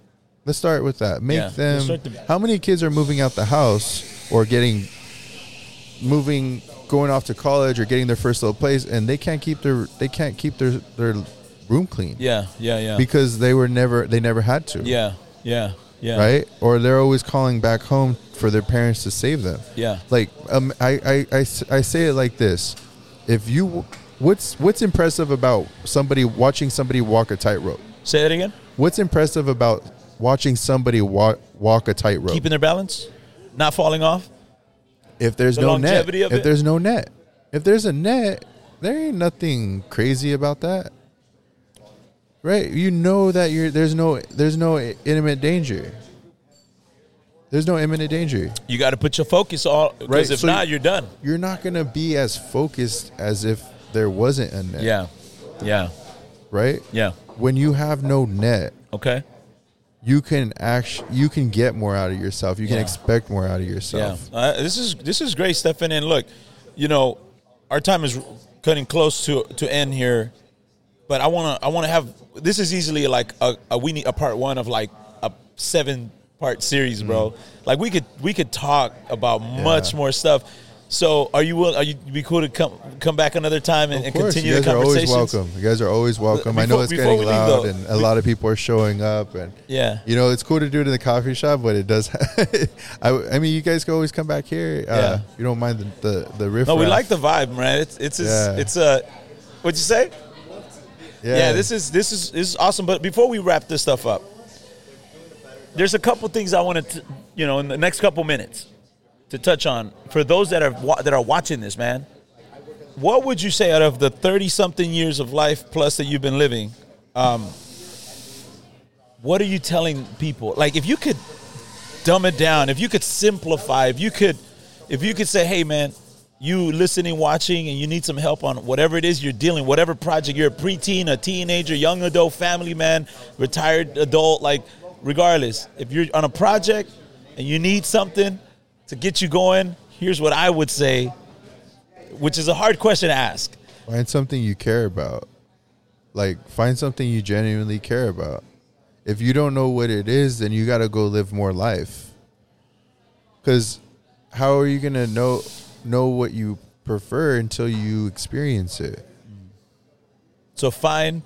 B: Let's start with that. Make
A: Yeah, let's
B: them.
A: start the-
B: how many kids are moving out the house or getting, moving, going off to college or getting their first little place, and they can't keep their they can't keep their their room clean
A: Yeah. Yeah. Yeah.
B: because they were never they never had to.
A: yeah. Yeah. Yeah.
B: Right. Or they're always calling back home for their parents to save them
A: Yeah.
B: like um, I, I, I s- I say it like this if you what's what's impressive about somebody watching somebody walk a tightrope
A: Say that again.
B: what's impressive about watching somebody walk, walk a tightrope
A: Keeping their balance, not falling off.
B: if there's
A: the
B: no net
A: longevity
B: if
A: of it?
B: there's no net if there's a net there ain't nothing crazy about that right you know that you're there's no there's no imminent danger there's no imminent danger
A: You got to put your focus all because
B: Right,
A: if
B: so
A: not,
B: you-
A: you're done.
B: you're not gonna be as focused as if there wasn't a net
A: Yeah. Yeah.
B: right
A: Yeah.
B: when you have no net,
A: Okay.
B: you can act, you can get more out of yourself. You can
A: Yeah.
B: expect more out of
A: Yeah.
B: yourself.
A: Uh, this is this is great, Stefan. And look, you know, our time is cutting close to to end here, but I wanna I wanna have this is easily like a, a we need a part one of like a seven part series, bro.
B: Mm-hmm.
A: Like we could we could talk about much more stuff. So are you will are you be cool to come come back another time and,
B: Of
A: and
B: course,
A: continue
B: you guys
A: the
B: are always
A: conversation?
B: welcome. You guys are always welcome. I know
A: Before-
B: it's
A: before
B: getting
A: we leave,
B: loud,
A: though,
B: and a lot of people are showing up, and
A: Yeah.
B: you know it's cool to do it in the coffee shop, but it does. I, I mean, you guys can always come back here.
A: Yeah.
B: Uh, if you don't mind the the, the riff.
A: No, we
B: raff.
A: like the vibe, man. It's it's it's,
B: Yeah.
A: it's a what'd you say?
B: yeah.
A: yeah, this is this is this is awesome. But before we wrap this stuff up, there's a couple things I want to, you know, in the next couple minutes, to touch on for those that are wa- that are watching this, man. What would you say out of the thirty something years of life plus that you've been living? Um, what are you telling people? Like, if you could dumb it down, if you could simplify, if you could, if you could say, hey, man. You listening, watching, and you need some help on whatever it is you're dealing, whatever project you're a preteen, a teenager, young adult, family man, retired adult, like regardless, if you're on a project and you need something to get you going, here's what I would say, which is a hard question to ask.
B: Find something you care about. Like find something you genuinely care about. If you don't know what it is, then you got to go live more life. Cuz how are you going to know know what you prefer until you experience it?
A: So find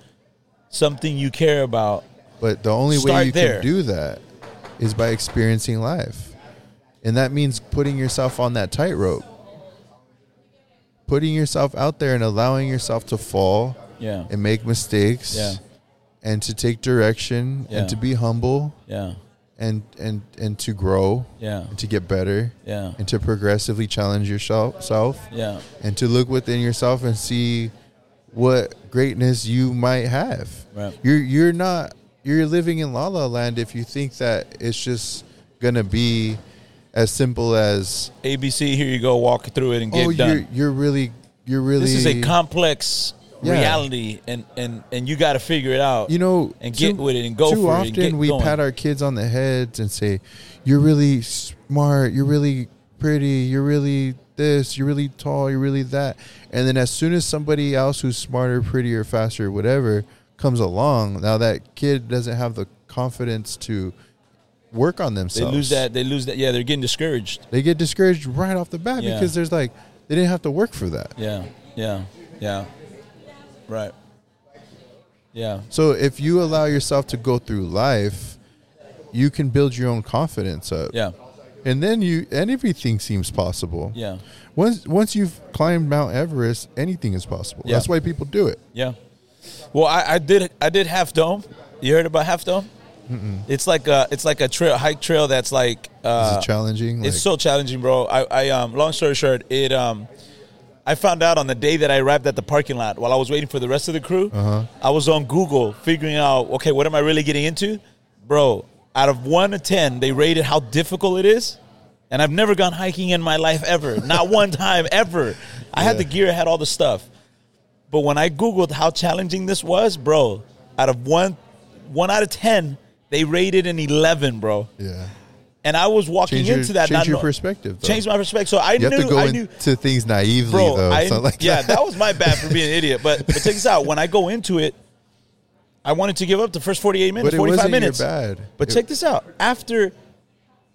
A: something you care about.
B: But the only way
A: Start
B: you
A: there.
B: can do that is by experiencing life. And that means putting yourself on that tightrope. Putting yourself out there and allowing yourself to fall
A: Yeah.
B: and make mistakes
A: Yeah.
B: and to take direction
A: Yeah.
B: and to be humble
A: Yeah.
B: and and and to grow
A: Yeah.
B: and to get better
A: Yeah.
B: and to progressively challenge yourself self
A: Yeah.
B: and to look within yourself and see what greatness you might have
A: Right.
B: you're you're not you're living in la la land if you think that it's just gonna be as simple as
A: ABC, here you go, walk through it and get
B: oh
A: it done.
B: you're you're really you're really
A: this is a complex
B: Yeah.
A: reality and and and you got to figure it out
B: you know
A: and get with it and go
B: too
A: for it
B: often
A: and get
B: we
A: going.
B: pat our kids on the heads and say you're really smart you're really pretty you're really this you're really tall you're really that and then as soon as somebody else who's smarter prettier faster whatever comes along now that kid doesn't have the confidence to work on
A: they
B: themselves
A: lose that they lose that yeah they're getting discouraged
B: they get discouraged right off the bat
A: Yeah.
B: because there's like they didn't have to work for that
A: yeah yeah yeah right yeah
B: So if you allow yourself to go through life, you can build your own confidence up.
A: yeah
B: and then you and everything seems possible.
A: Yeah.
B: Once once you've climbed Mount Everest, anything is possible.
A: Yeah.
B: That's why people do it.
A: Yeah. Well, I, I did. I did Half Dome. You heard about Half Dome? It's like a it's like a trail hike trail that's like
B: Is
A: uh,
B: it challenging?
A: it's
B: Like,
A: so challenging, bro. I, I um long story short, it um I found out on the day that I arrived at the parking lot while I was waiting for the rest of the crew.
B: Uh-huh.
A: I was on Google figuring out okay, what am I really getting into, bro? Out of one to ten, they rated how difficult it is, and I've never gone hiking in my life ever, not one time ever. I had
B: Yeah.
A: the gear, I had all the stuff, but when I googled how challenging this was, bro, out of one one out of ten, they rated an eleven, bro.
B: yeah.
A: And I was walking
B: Change your,
A: into that.
B: change
A: not
B: your
A: know-
B: perspective. Though.
A: Change my perspective. So I
B: You
A: knew.
B: have to go
A: I knew.
B: into things naively
A: Bro,
B: though.
A: I,
B: It's not like
A: yeah,
B: that.
A: that was my bad for being an idiot. But but check this out. When I go into it, I wanted to give up the first forty eight minutes,
B: But it
A: forty five
B: wasn't
A: minutes.
B: your bad.
A: But
B: It-
A: check this out. After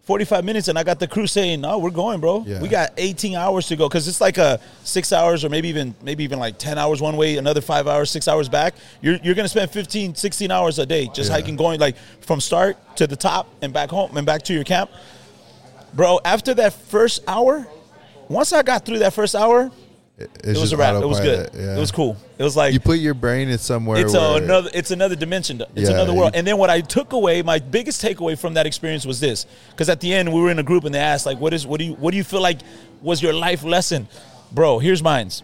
A: forty five minutes, and I got the crew saying, "No, we're going, bro.
B: Yeah.
A: We got eighteen hours to go because it's like a six hours or maybe even maybe even like ten hours one way, another five hours, six hours back. You're you're gonna spend 15, 16 hours a day just
B: Yeah.
A: hiking, going like from start to the top and back home and back to your camp, bro. After that first hour, once I got through that first hour,
B: it's
A: it was
B: just
A: a wrap. It was good.
B: autopilot, yeah.
A: It was cool. It was like
B: You put your brain in somewhere.
A: it's
B: where,
A: a, another it's another dimension. though. It's
B: Yeah,
A: another world.
B: you-
A: And then what I took away, my biggest takeaway from that experience was this: because at the end we were in a group and they asked like, "What is what do you what do you feel like was your life lesson, bro?" Here's mine's,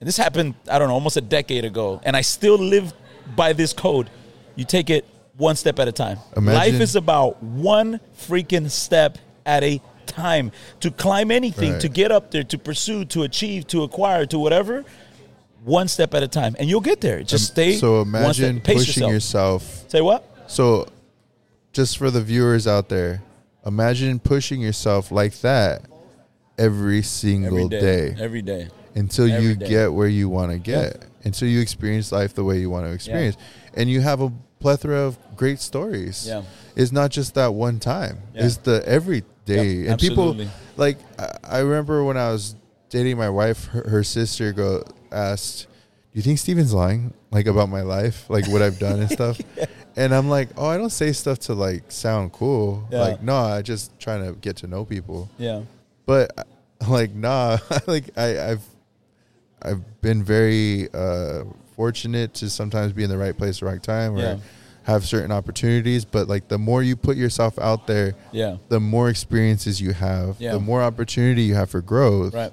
A: and this happened I don't know almost a decade ago, and I still live by this code. You take it one step at a time.
B: Imagine-
A: Life is about one freaking step at a time. To climb anything,
B: Right.
A: to get up there, to pursue, to achieve, to acquire, to whatever. One step at a time, and you'll get there. Just stay.
B: Um, So
A: one step-
B: imagine
A: pace
B: pushing yourself
A: Say what?
B: So, just for the viewers out there, imagine pushing yourself like that every single day,
A: Every day.
B: until
A: every
B: you
A: day.
B: get where you want to get, until you experience life the way you want to experience, and you have a plethora of great stories.
A: Yeah.
B: It's not just that one time;
A: Yeah.
B: it's the every day.
A: Yep,
B: and
A: absolutely.
B: people like I- I remember when I was dating my wife, her, her sister go asked, "Do you think Steven's lying like about my life, like what I've done and stuff?" And I'm like, "Oh, I don't say stuff to like sound cool.
A: Yeah.
B: Like, no, I just trying to get to know people.
A: Yeah.
B: But like, nah, like I, I've I've been very uh, fortunate to sometimes be in the right place, at the right time, or
A: Yeah.
B: have certain opportunities. But like, the more you put yourself out there,
A: Yeah.
B: the more experiences you have,
A: Yeah.
B: the more opportunity you have for growth,
A: Right.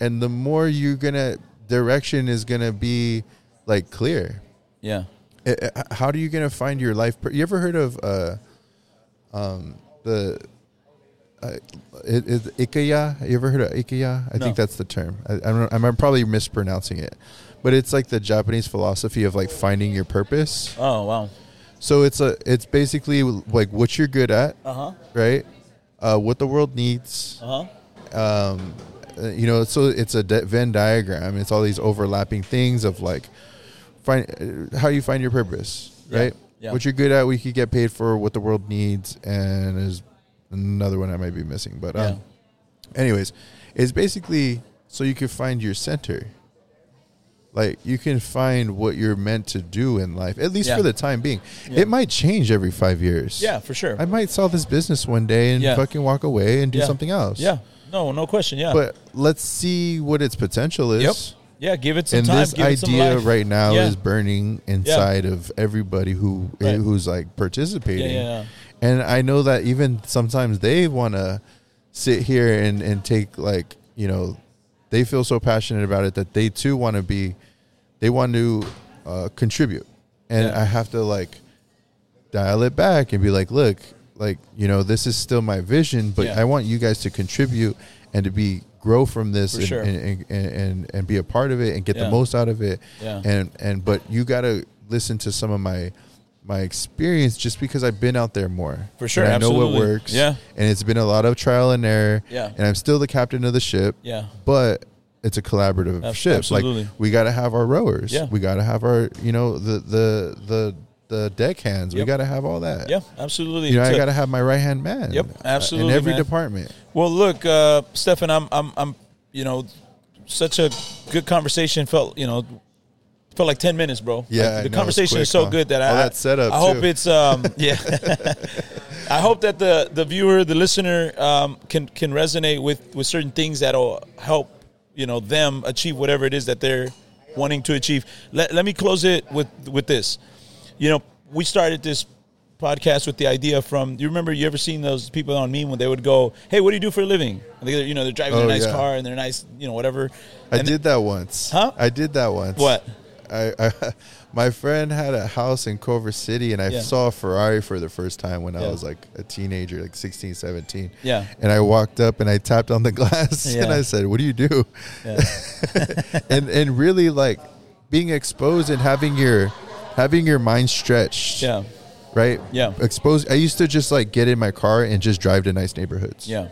B: and the more you're gonna direction is gonna be like clear.
A: Yeah.
B: I- I- Uh, How do you gonna find your life? pur- You ever heard of uh, um, the uh, it, it's Ikaya? You ever heard of Ikaya? I
A: No.
B: think that's the term. I, I don't, I'm probably mispronouncing it, but it's like the Japanese philosophy of like finding your purpose.
A: Oh wow.
B: So it's a it's basically like what you're good at,
A: Uh huh.
B: right? Uh, what the world needs,
A: Uh huh.
B: um, uh, you know. So it's a de- Venn diagram. It's all these overlapping things of like find uh, how you find your purpose,
A: Yeah,
B: right?
A: yeah.
B: What you're good at, what you could get paid for, what the world needs, and is another one I might be missing. But um, anyways, it's basically so you can find your center. Like you can find what you're meant to do in life, at least
A: Yeah.
B: for the time being.
A: Yeah.
B: It might change every five years.
A: Yeah, for sure.
B: I might sell this business one day and
A: Yeah.
B: fucking walk away and do
A: Yeah.
B: something else.
A: Yeah. No, no question. Yeah.
B: But let's see what its potential
A: yep.
B: is.
A: Yeah. Give it some
B: And
A: time.
B: this
A: give it some
B: idea
A: life.
B: right now
A: Yeah.
B: is burning inside of everybody who eh,
A: Right.
B: who's like participating.
A: Yeah, yeah, yeah.
B: And I know that even sometimes they want to sit here and and take like, you know, they feel so passionate about it that they too want to be they want to uh, contribute. And
A: Yeah.
B: I have to like dial it back and be like, look, like, you know, this is still my vision, but
A: Yeah.
B: I want you guys to contribute and to be grow from this
A: For
B: and,
A: sure.
B: and, and, and, and, and be a part of it and get
A: Yeah.
B: the most out of it.
A: Yeah.
B: And and but you gotta listen to some of my my experience just because I've been out there more.
A: For sure,
B: And I know what
A: absolutely.
B: works.
A: Yeah.
B: And it's been a lot of trial and error.
A: Yeah.
B: And I'm still the captain of the ship.
A: Yeah.
B: But it's a collaborative
A: Ab-
B: ship.
A: absolutely.
B: Like we gotta have our rowers.
A: Yeah.
B: We gotta have our you know, the the the the deck hands. We
A: Yep.
B: gotta have all that.
A: Yeah. Absolutely.
B: You know, I
A: It's a-
B: gotta have my right hand man.
A: Yep,
B: uh,
A: absolutely,
B: In every
A: man.
B: department.
A: Well, look, uh, Stefan, I'm, I'm, I'm, you know, such a good conversation. Felt, you know, for like ten minutes, bro.
B: Yeah,
A: Like,
B: I know,
A: the
B: it's
A: conversation
B: quick,
A: is so
B: huh?
A: good that
B: All
A: I
B: that setup,
A: I hope
B: too.
A: it's um yeah. I hope that the the viewer, the listener, um, can can resonate with with certain things that'll help you know them achieve whatever it is that they're wanting to achieve. Let let me close it with with this. You know, we started this podcast with the idea from you remember you ever seen those people on meme when they would go hey what do you do for a living and they you know they're driving
B: Oh,
A: a nice
B: yeah.
A: car and they're nice you know whatever
B: I
A: And-
B: did that once.
A: Huh?
B: I did that once.
A: What?
B: I, I my friend had a house in Culver City and I
A: Yeah.
B: saw a Ferrari for the first time when I
A: Yeah.
B: was like a teenager, like 16, 17.
A: Yeah.
B: And I walked up and I tapped on the glass and
A: Yeah.
B: I said, "What do you do?" and and really like being exposed and having your having your mind stretched.
A: yeah
B: Right?
A: Yeah.
B: Exposed I used to just like get in my car and just drive to nice neighborhoods.
A: yeah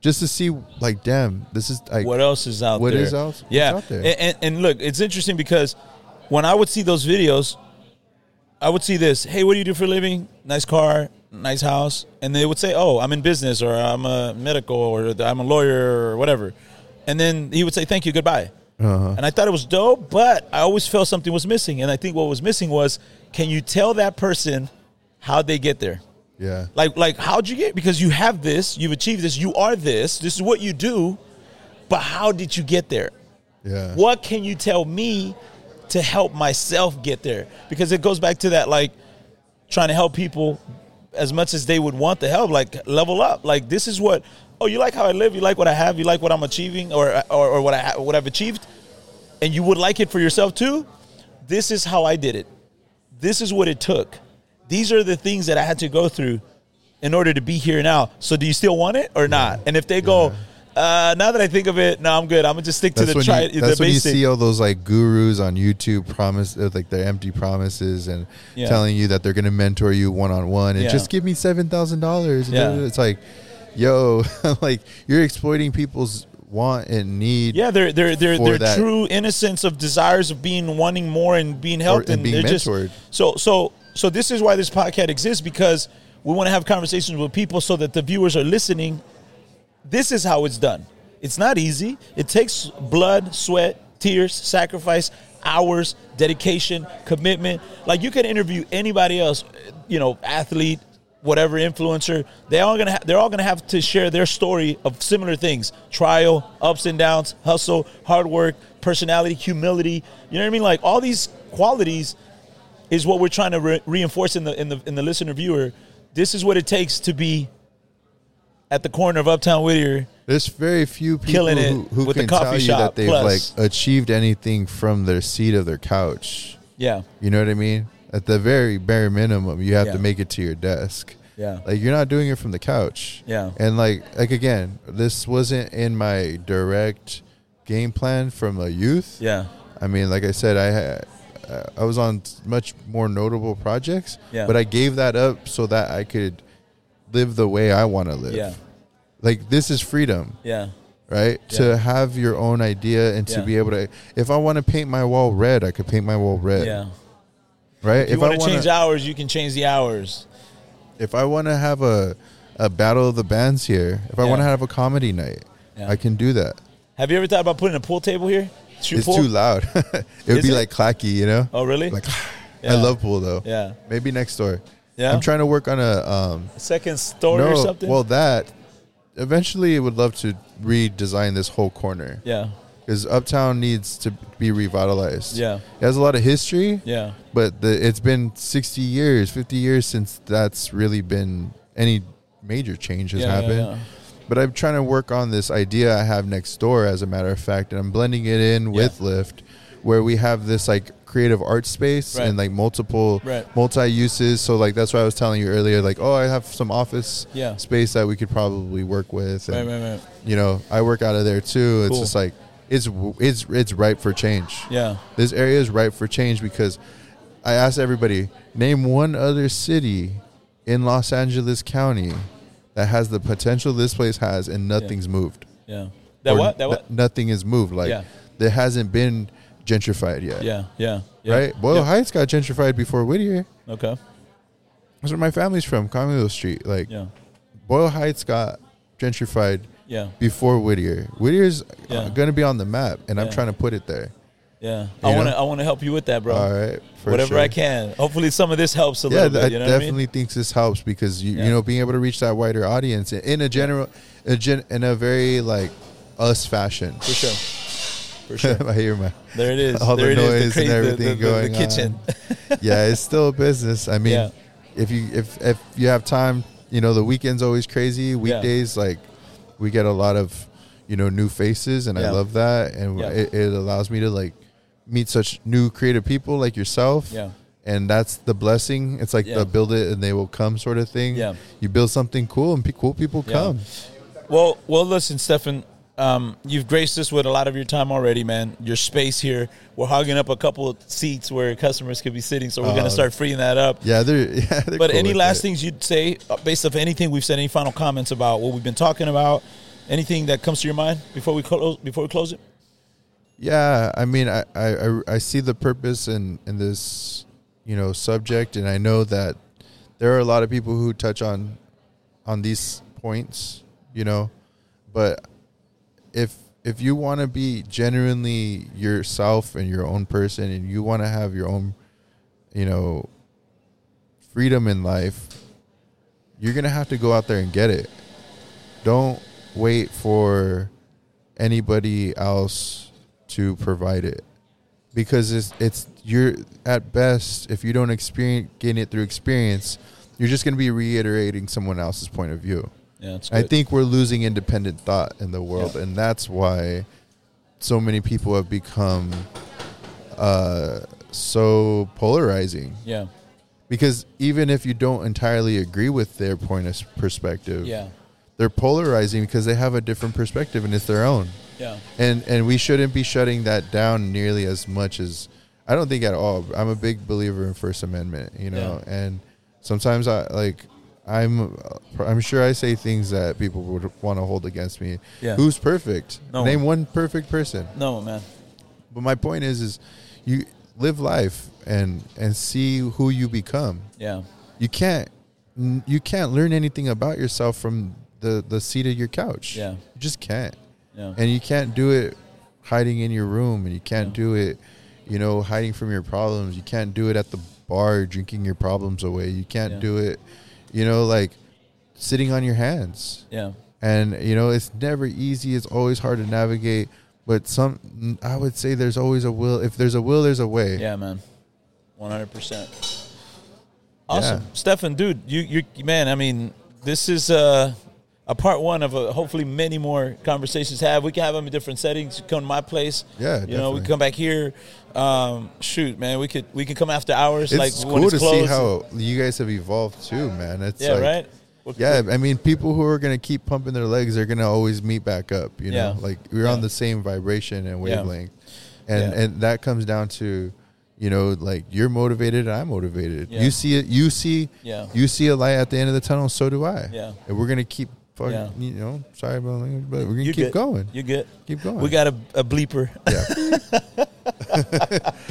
B: Just to see like damn, this is like
A: what else is out
B: What
A: there?
B: is else- what's
A: Yeah,
B: out there?
A: And, and, and look, it's interesting because when I would see those videos, I would see this. Hey, what do you do for a living? Nice car, nice house, and they would say, "Oh, I'm in business, or I'm a medical, or I'm a lawyer, or whatever." And then he would say, "Thank you, goodbye."
B: Uh-huh.
A: And I thought it was dope, but I always felt something was missing. And I think what was missing was, can you tell that person how they get there?
B: Yeah.
A: Like, like, how'd you get? Because you have this, you've achieved this, you are this. This is what you do. But how did you get there?
B: Yeah.
A: What can you tell me to help myself get there? Because it goes back to that, like, trying to help people as much as they would want the help. Like, level up. Like, this is what. Oh, you like how I live. You like what I have. You like what I'm achieving, or or, or what I ha- what I've achieved, and you would like it for yourself too. This is how I did it this is what it took. These are the things that I had to go through in order to be here now. So do you still want it or not? And if they go, uh, now that I think of it, no, I'm good. I'm gonna just stick to
B: That's,
A: the
B: when,
A: try
B: you,
A: the
B: that's when you
A: basic.
B: see all those like gurus on YouTube promise uh, like their empty promises and
A: Yeah.
B: telling you that they're going to mentor you one on one and
A: Yeah.
B: just give me seven thousand dollars.
A: Yeah.
B: It's like, yo, like you're exploiting people's want and need.
A: yeah, they're they're they're,
B: for
A: they're
B: that.
A: true innocence of desires of being wanting more and being helped
B: and being
A: they're
B: mentored.
A: Just, so so so this is why this podcast exists because we want to have conversations with people so that the viewers are listening. This is how it's done. It's not easy. It takes blood, sweat, tears, sacrifice, hours, dedication, commitment. Like you can interview anybody else, you know, athlete, whatever influencer. They all gonna ha- they're all gonna have to share their story of similar things: trial, ups and downs, hustle, hard work, personality, humility. You know what I mean? Like all these qualities is what we're trying to re- reinforce in the in the in the listener viewer. This is what it takes to be at the corner of Uptown Whittier.
B: There's very few people
A: Killing it
B: who, who
A: with the
B: can
A: coffee
B: tell you
A: shop
B: that they've
A: plus.
B: like achieved anything from their seat of their couch.
A: Yeah,
B: You know what I mean? At the very bare minimum, you have
A: Yeah.
B: to make it to your desk.
A: Yeah.
B: Like you're not doing it from the couch.
A: Yeah.
B: And like like again, this wasn't in my direct game plan from a youth.
A: yeah,
B: I mean, like I said, I had uh, I was on much more notable projects,
A: Yeah.
B: but I gave that up so that I could live the way I want to live.
A: yeah,
B: Like this is freedom
A: yeah,
B: right?
A: Yeah.
B: To have your own idea and to
A: Yeah.
B: be able to, if I want to paint my wall red, I could paint my wall red,
A: yeah.
B: right?
A: If you
B: Uh, I
A: want to
B: wanna-
A: change hours, you can change the hours.
B: if I want to have a a battle of the bands here, if I
A: Yeah.
B: want to have a comedy night,
A: Yeah.
B: I can do that.
A: Have you ever thought about putting a pool table here? Shoot
B: It's
A: pool?
B: too loud. it would
A: Is
B: be
A: it?
B: like clacky, you know.
A: Oh, really?
B: Like,
A: Yeah.
B: I love pool though.
A: Yeah.
B: Maybe next door.
A: Yeah?
B: I'm trying to work on a um.
A: A second story or
B: No,
A: something?
B: well that. Eventually, I would love to redesign this whole corner.
A: yeah,
B: because Uptown needs to be revitalized.
A: Yeah.
B: it has a lot of history.
A: yeah,
B: but the, it's been sixty years, fifty years since that's really been any major change has
A: Yeah, yeah,
B: happened.
A: yeah.
B: But I'm trying to work on this idea I have next door, as a matter of fact, and I'm blending it in with Lyft, where we have this like creative art space
A: Right.
B: and like multiple
A: Right.
B: multi uses. So like that's why I was telling you earlier, like oh, I have some office
A: Yeah.
B: space that we could probably work with.
A: right,
B: and-
A: right, right.
B: you know, I work out of there too. It's
A: Cool.
B: just like it's it's it's ripe for change.
A: Yeah,
B: This area is ripe for change because I asked everybody, name one other city in Los Angeles County that has the potential this place has and nothing's moved.
A: yeah. That
B: Or
A: what? That
B: n-
A: what?
B: nothing is moved. Like
A: Yeah.
B: there hasn't been gentrified yet.
A: Yeah, yeah, yeah.
B: Right? Boyle
A: Yeah.
B: Heights got gentrified before Whittier.
A: Okay.
B: That's where my family's from, Camilo Street. Like
A: Yeah,
B: Boyle Heights got gentrified
A: yeah,
B: before Whittier. Whittier's
A: Yeah.
B: going to be on the map, and I'm
A: Yeah.
B: trying to put it there.
A: Yeah,
B: You
A: I
B: know?
A: want to. I want to help you with that, bro.
B: All right, for
A: whatever
B: sure.
A: I can. Hopefully, some of this helps a
B: yeah,
A: little bit.
B: I
A: You know what I
B: definitely
A: mean?
B: think this helps because you,
A: Yeah.
B: you know being able to reach that wider audience in a general, a gen, in a very like us fashion.
A: For sure. For sure.
B: I hear my
A: There it is.
B: all
A: there
B: the
A: it is.
B: noise
A: The cra-
B: and
A: the-
B: everything
A: the, the,
B: going
A: The kitchen.
B: on. yeah, it's still a business. I mean,
A: Yeah.
B: if you if if you have time, you know the weekends always crazy. Weekdays like we get a lot of you know new faces, and I
A: Yeah.
B: love that, and
A: Yeah.
B: it, it allows me to like meet such new creative people like yourself.
A: Yeah.
B: And that's the blessing. It's like
A: Yeah.
B: the build it and they will come sort of thing.
A: Yeah.
B: You build something cool and pe- cool people
A: Yeah.
B: come.
A: Well, well, listen, Stefan. Um, you've graced us with a lot of your time already, man. Your space here. We're hogging up a couple of seats where customers could be sitting, so we're
B: Oh.
A: gonna start freeing that up.
B: Yeah, they're yeah. They're
A: But
B: cool
A: any
B: with
A: last
B: it.
A: things you'd say uh, based off anything we've said? Any final comments about what we've been talking about? Anything that comes to your mind before we close? Before we close it?
B: Yeah, I mean, I, I, I- I see the purpose in, in this, you know, subject, and I know that there are a lot of people who touch on, on these points, you know, but if if you want to be genuinely yourself and your own person, and you want to have your own, you know, freedom in life, you're gonna have to go out there and get it. Don't wait for anybody else to provide it because it's it's you're at best if you don't experience gain it through experience you're just going to be reiterating someone else's point of view
A: Yeah, it's
B: i
A: good.
B: think we're losing independent thought in the world and that's why so many people have become uh, so polarizing
A: Yeah,
B: because even if you don't entirely agree with their point of s- perspective
A: yeah,
B: they're polarizing because they have a different perspective and it's their own
A: yeah.
B: and and we shouldn't be shutting that down nearly as much as I don't think at all. I'm a big believer in First Amendment, you know, and sometimes I like I'm I'm sure I say things that people would want to hold against me.
A: Yeah.
B: Who's perfect?
A: No
B: Name one perfect person.
A: No, man.
B: But my point is is you live life and and see who you become.
A: Yeah,
B: You can't you can't learn anything about yourself from the the seat of your couch.
A: Yeah.
B: You just can't
A: yeah,
B: and you can't do it hiding in your room and you can't
A: Yeah.
B: do it you know hiding from your problems you can't do it at the bar drinking your problems away you can't
A: Yeah.
B: do it you know like sitting on your hands
A: yeah.
B: and you know it's never easy it's always hard to navigate but some i would say there's always a will if there's a will there's a way
A: Yeah, man. One hundred percent. Awesome,
B: Yeah.
A: Stefan, dude. You, you, man. I mean, this is uh, a part one of a, hopefully many more conversations. to Have we can have them in different settings. You come to my place.
B: Yeah,
A: you know, we
B: definitely.
A: can come back here. Um, shoot, man, we could we can come after hours.
B: it's
A: like when
B: cool
A: it's
B: to
A: closed.
B: see how you guys have evolved too man it's
A: Yeah,
B: like,
A: right. We're-
B: Yeah, I mean, people who are gonna keep pumping their legs are gonna always meet back up. You know,
A: Yeah.
B: like we're on
A: Yeah.
B: the same vibration and
A: Yeah.
B: wavelength, and
A: Yeah.
B: and that comes down to, you know, like you're motivated and I'm motivated.
A: Yeah.
B: You see it, you see,
A: Yeah.
B: you see a light at the end of the tunnel. So do I.
A: Yeah.
B: and we're gonna keep fucking.
A: Yeah.
B: You know, sorry about language, but we're gonna
A: You
B: keep
A: good.
B: going.
A: You good?
B: keep going.
A: We got a, a bleeper,
B: Yeah.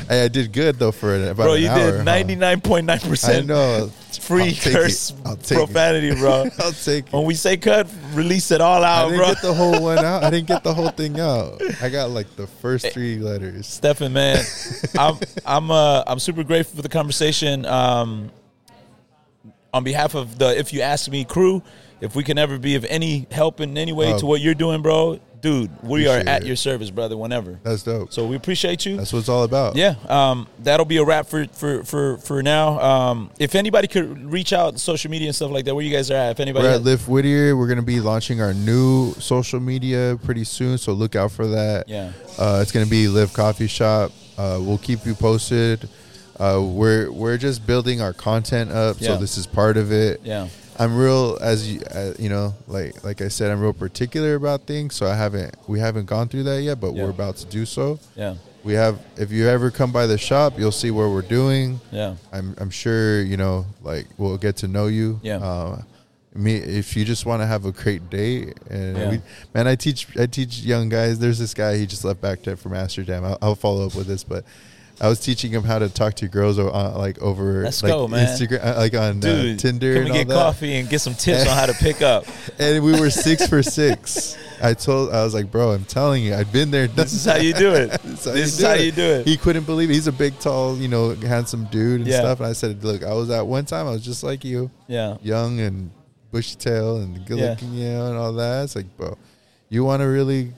B: hey, I did good though for about
A: bro.
B: an
A: You
B: hour. huh?
A: did ninety nine point nine
B: I
A: percent
B: know. I'll
A: free
B: take it.
A: curse
B: I'll take it.
A: profanity, bro.
B: I'll take it.
A: when we say cut, release it all
B: I
A: out,
B: didn't
A: Oh, bro.
B: get the whole one out. I didn't get the whole thing out. I got like the first three letters.
A: Stefan, man, I'm I'm uh, I'm super grateful for the conversation. Um, on behalf of the If You Ask Me crew, if we can ever be of any help in any way
B: Oh.
A: to what you're doing, bro, dude, we are
B: Appreciate
A: at
B: it.
A: your service, brother. Whenever,
B: That's dope.
A: so we appreciate you.
B: That's what it's all about.
A: yeah, um, that'll be a wrap for for for for now. Um, if anybody could reach out, social media and stuff like that, where you guys are at. If anybody,
B: We're at
A: has-
B: Lift Whittier. We're gonna be launching our new social media pretty soon, so look out for that.
A: Yeah.
B: uh, it's gonna be Live Coffee Shop. Uh, we'll keep you posted. Uh, we're we're just building our content up,
A: Yeah.
B: so this is part of it.
A: Yeah.
B: I'm real as you uh, you know, like like I said, I'm real particular about things, so I haven't we haven't gone through that yet, but
A: Yeah.
B: we're about to do so.
A: yeah,
B: We have, if you ever come by the shop, you'll see where we're doing.
A: yeah,
B: I'm, I'm sure, you know, like we'll get to know you.
A: Yeah.
B: Uh, me, if you just want to have a great day, and
A: Yeah.
B: we, man, I teach, I teach young guys. There's this guy he just left back to from Amsterdam. I'll, I'll follow up with this, but I was teaching him how to talk to girls o- on, like over
A: Let's
B: like
A: go, man.
B: Instagram, uh, like on uh,
A: dude,
B: Tinder
A: Come
B: and
A: and
B: all
A: get
B: that.
A: coffee and get some tips on how to pick up.
B: And we were six for six. I told, I was like, bro, I'm telling you, I've been there. done
A: This is how you do it. this
B: That's how
A: is how
B: it.
A: you do it.
B: He couldn't believe it. He's a big, tall, you know, handsome dude and
A: Yeah.
B: stuff. And I said, look, I was at one time, I was just like you,
A: yeah.
B: young and bushy tail and good
A: Yeah.
B: looking, you know, and all that. It's like, bro, you want to really?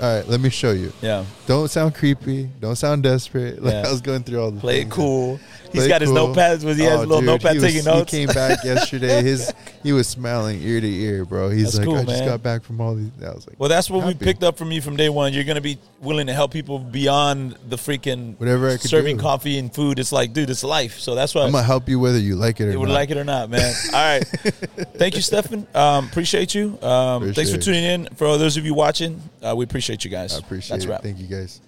B: All right, let me show you.
A: Yeah.
B: Don't sound creepy. Don't sound desperate. Like
A: Yeah.
B: I was going through all the
A: Play it
B: things.
A: cool. He's
B: Play
A: got his
B: cool.
A: notepads with he
B: Oh,
A: has a little
B: dude,
A: notepad
B: he was-
A: taking notes.
B: He came back yesterday. His he was smiling ear to ear, bro. He's
A: That's
B: like,
A: cool,
B: I just
A: man.
B: got back from all these. I was like,
A: Well, that's what we
B: Happy.
A: picked up from you from day one. You're going to be willing to help people beyond the freaking
B: Whatever I could
A: serving
B: do.
A: coffee and food. It's like, dude, it's life. So that's why
B: I'm gonna help you whether you like it or
A: you would
B: not.
A: like it or not, man. All right. Thank you, Stefan. Um, appreciate you. Um, thanks
B: Appreciate
A: for
B: it.
A: tuning in. For those of you watching, uh, we appreciate you guys.
B: I appreciate
A: that's
B: it.
A: Wrap.
B: Thank you guys.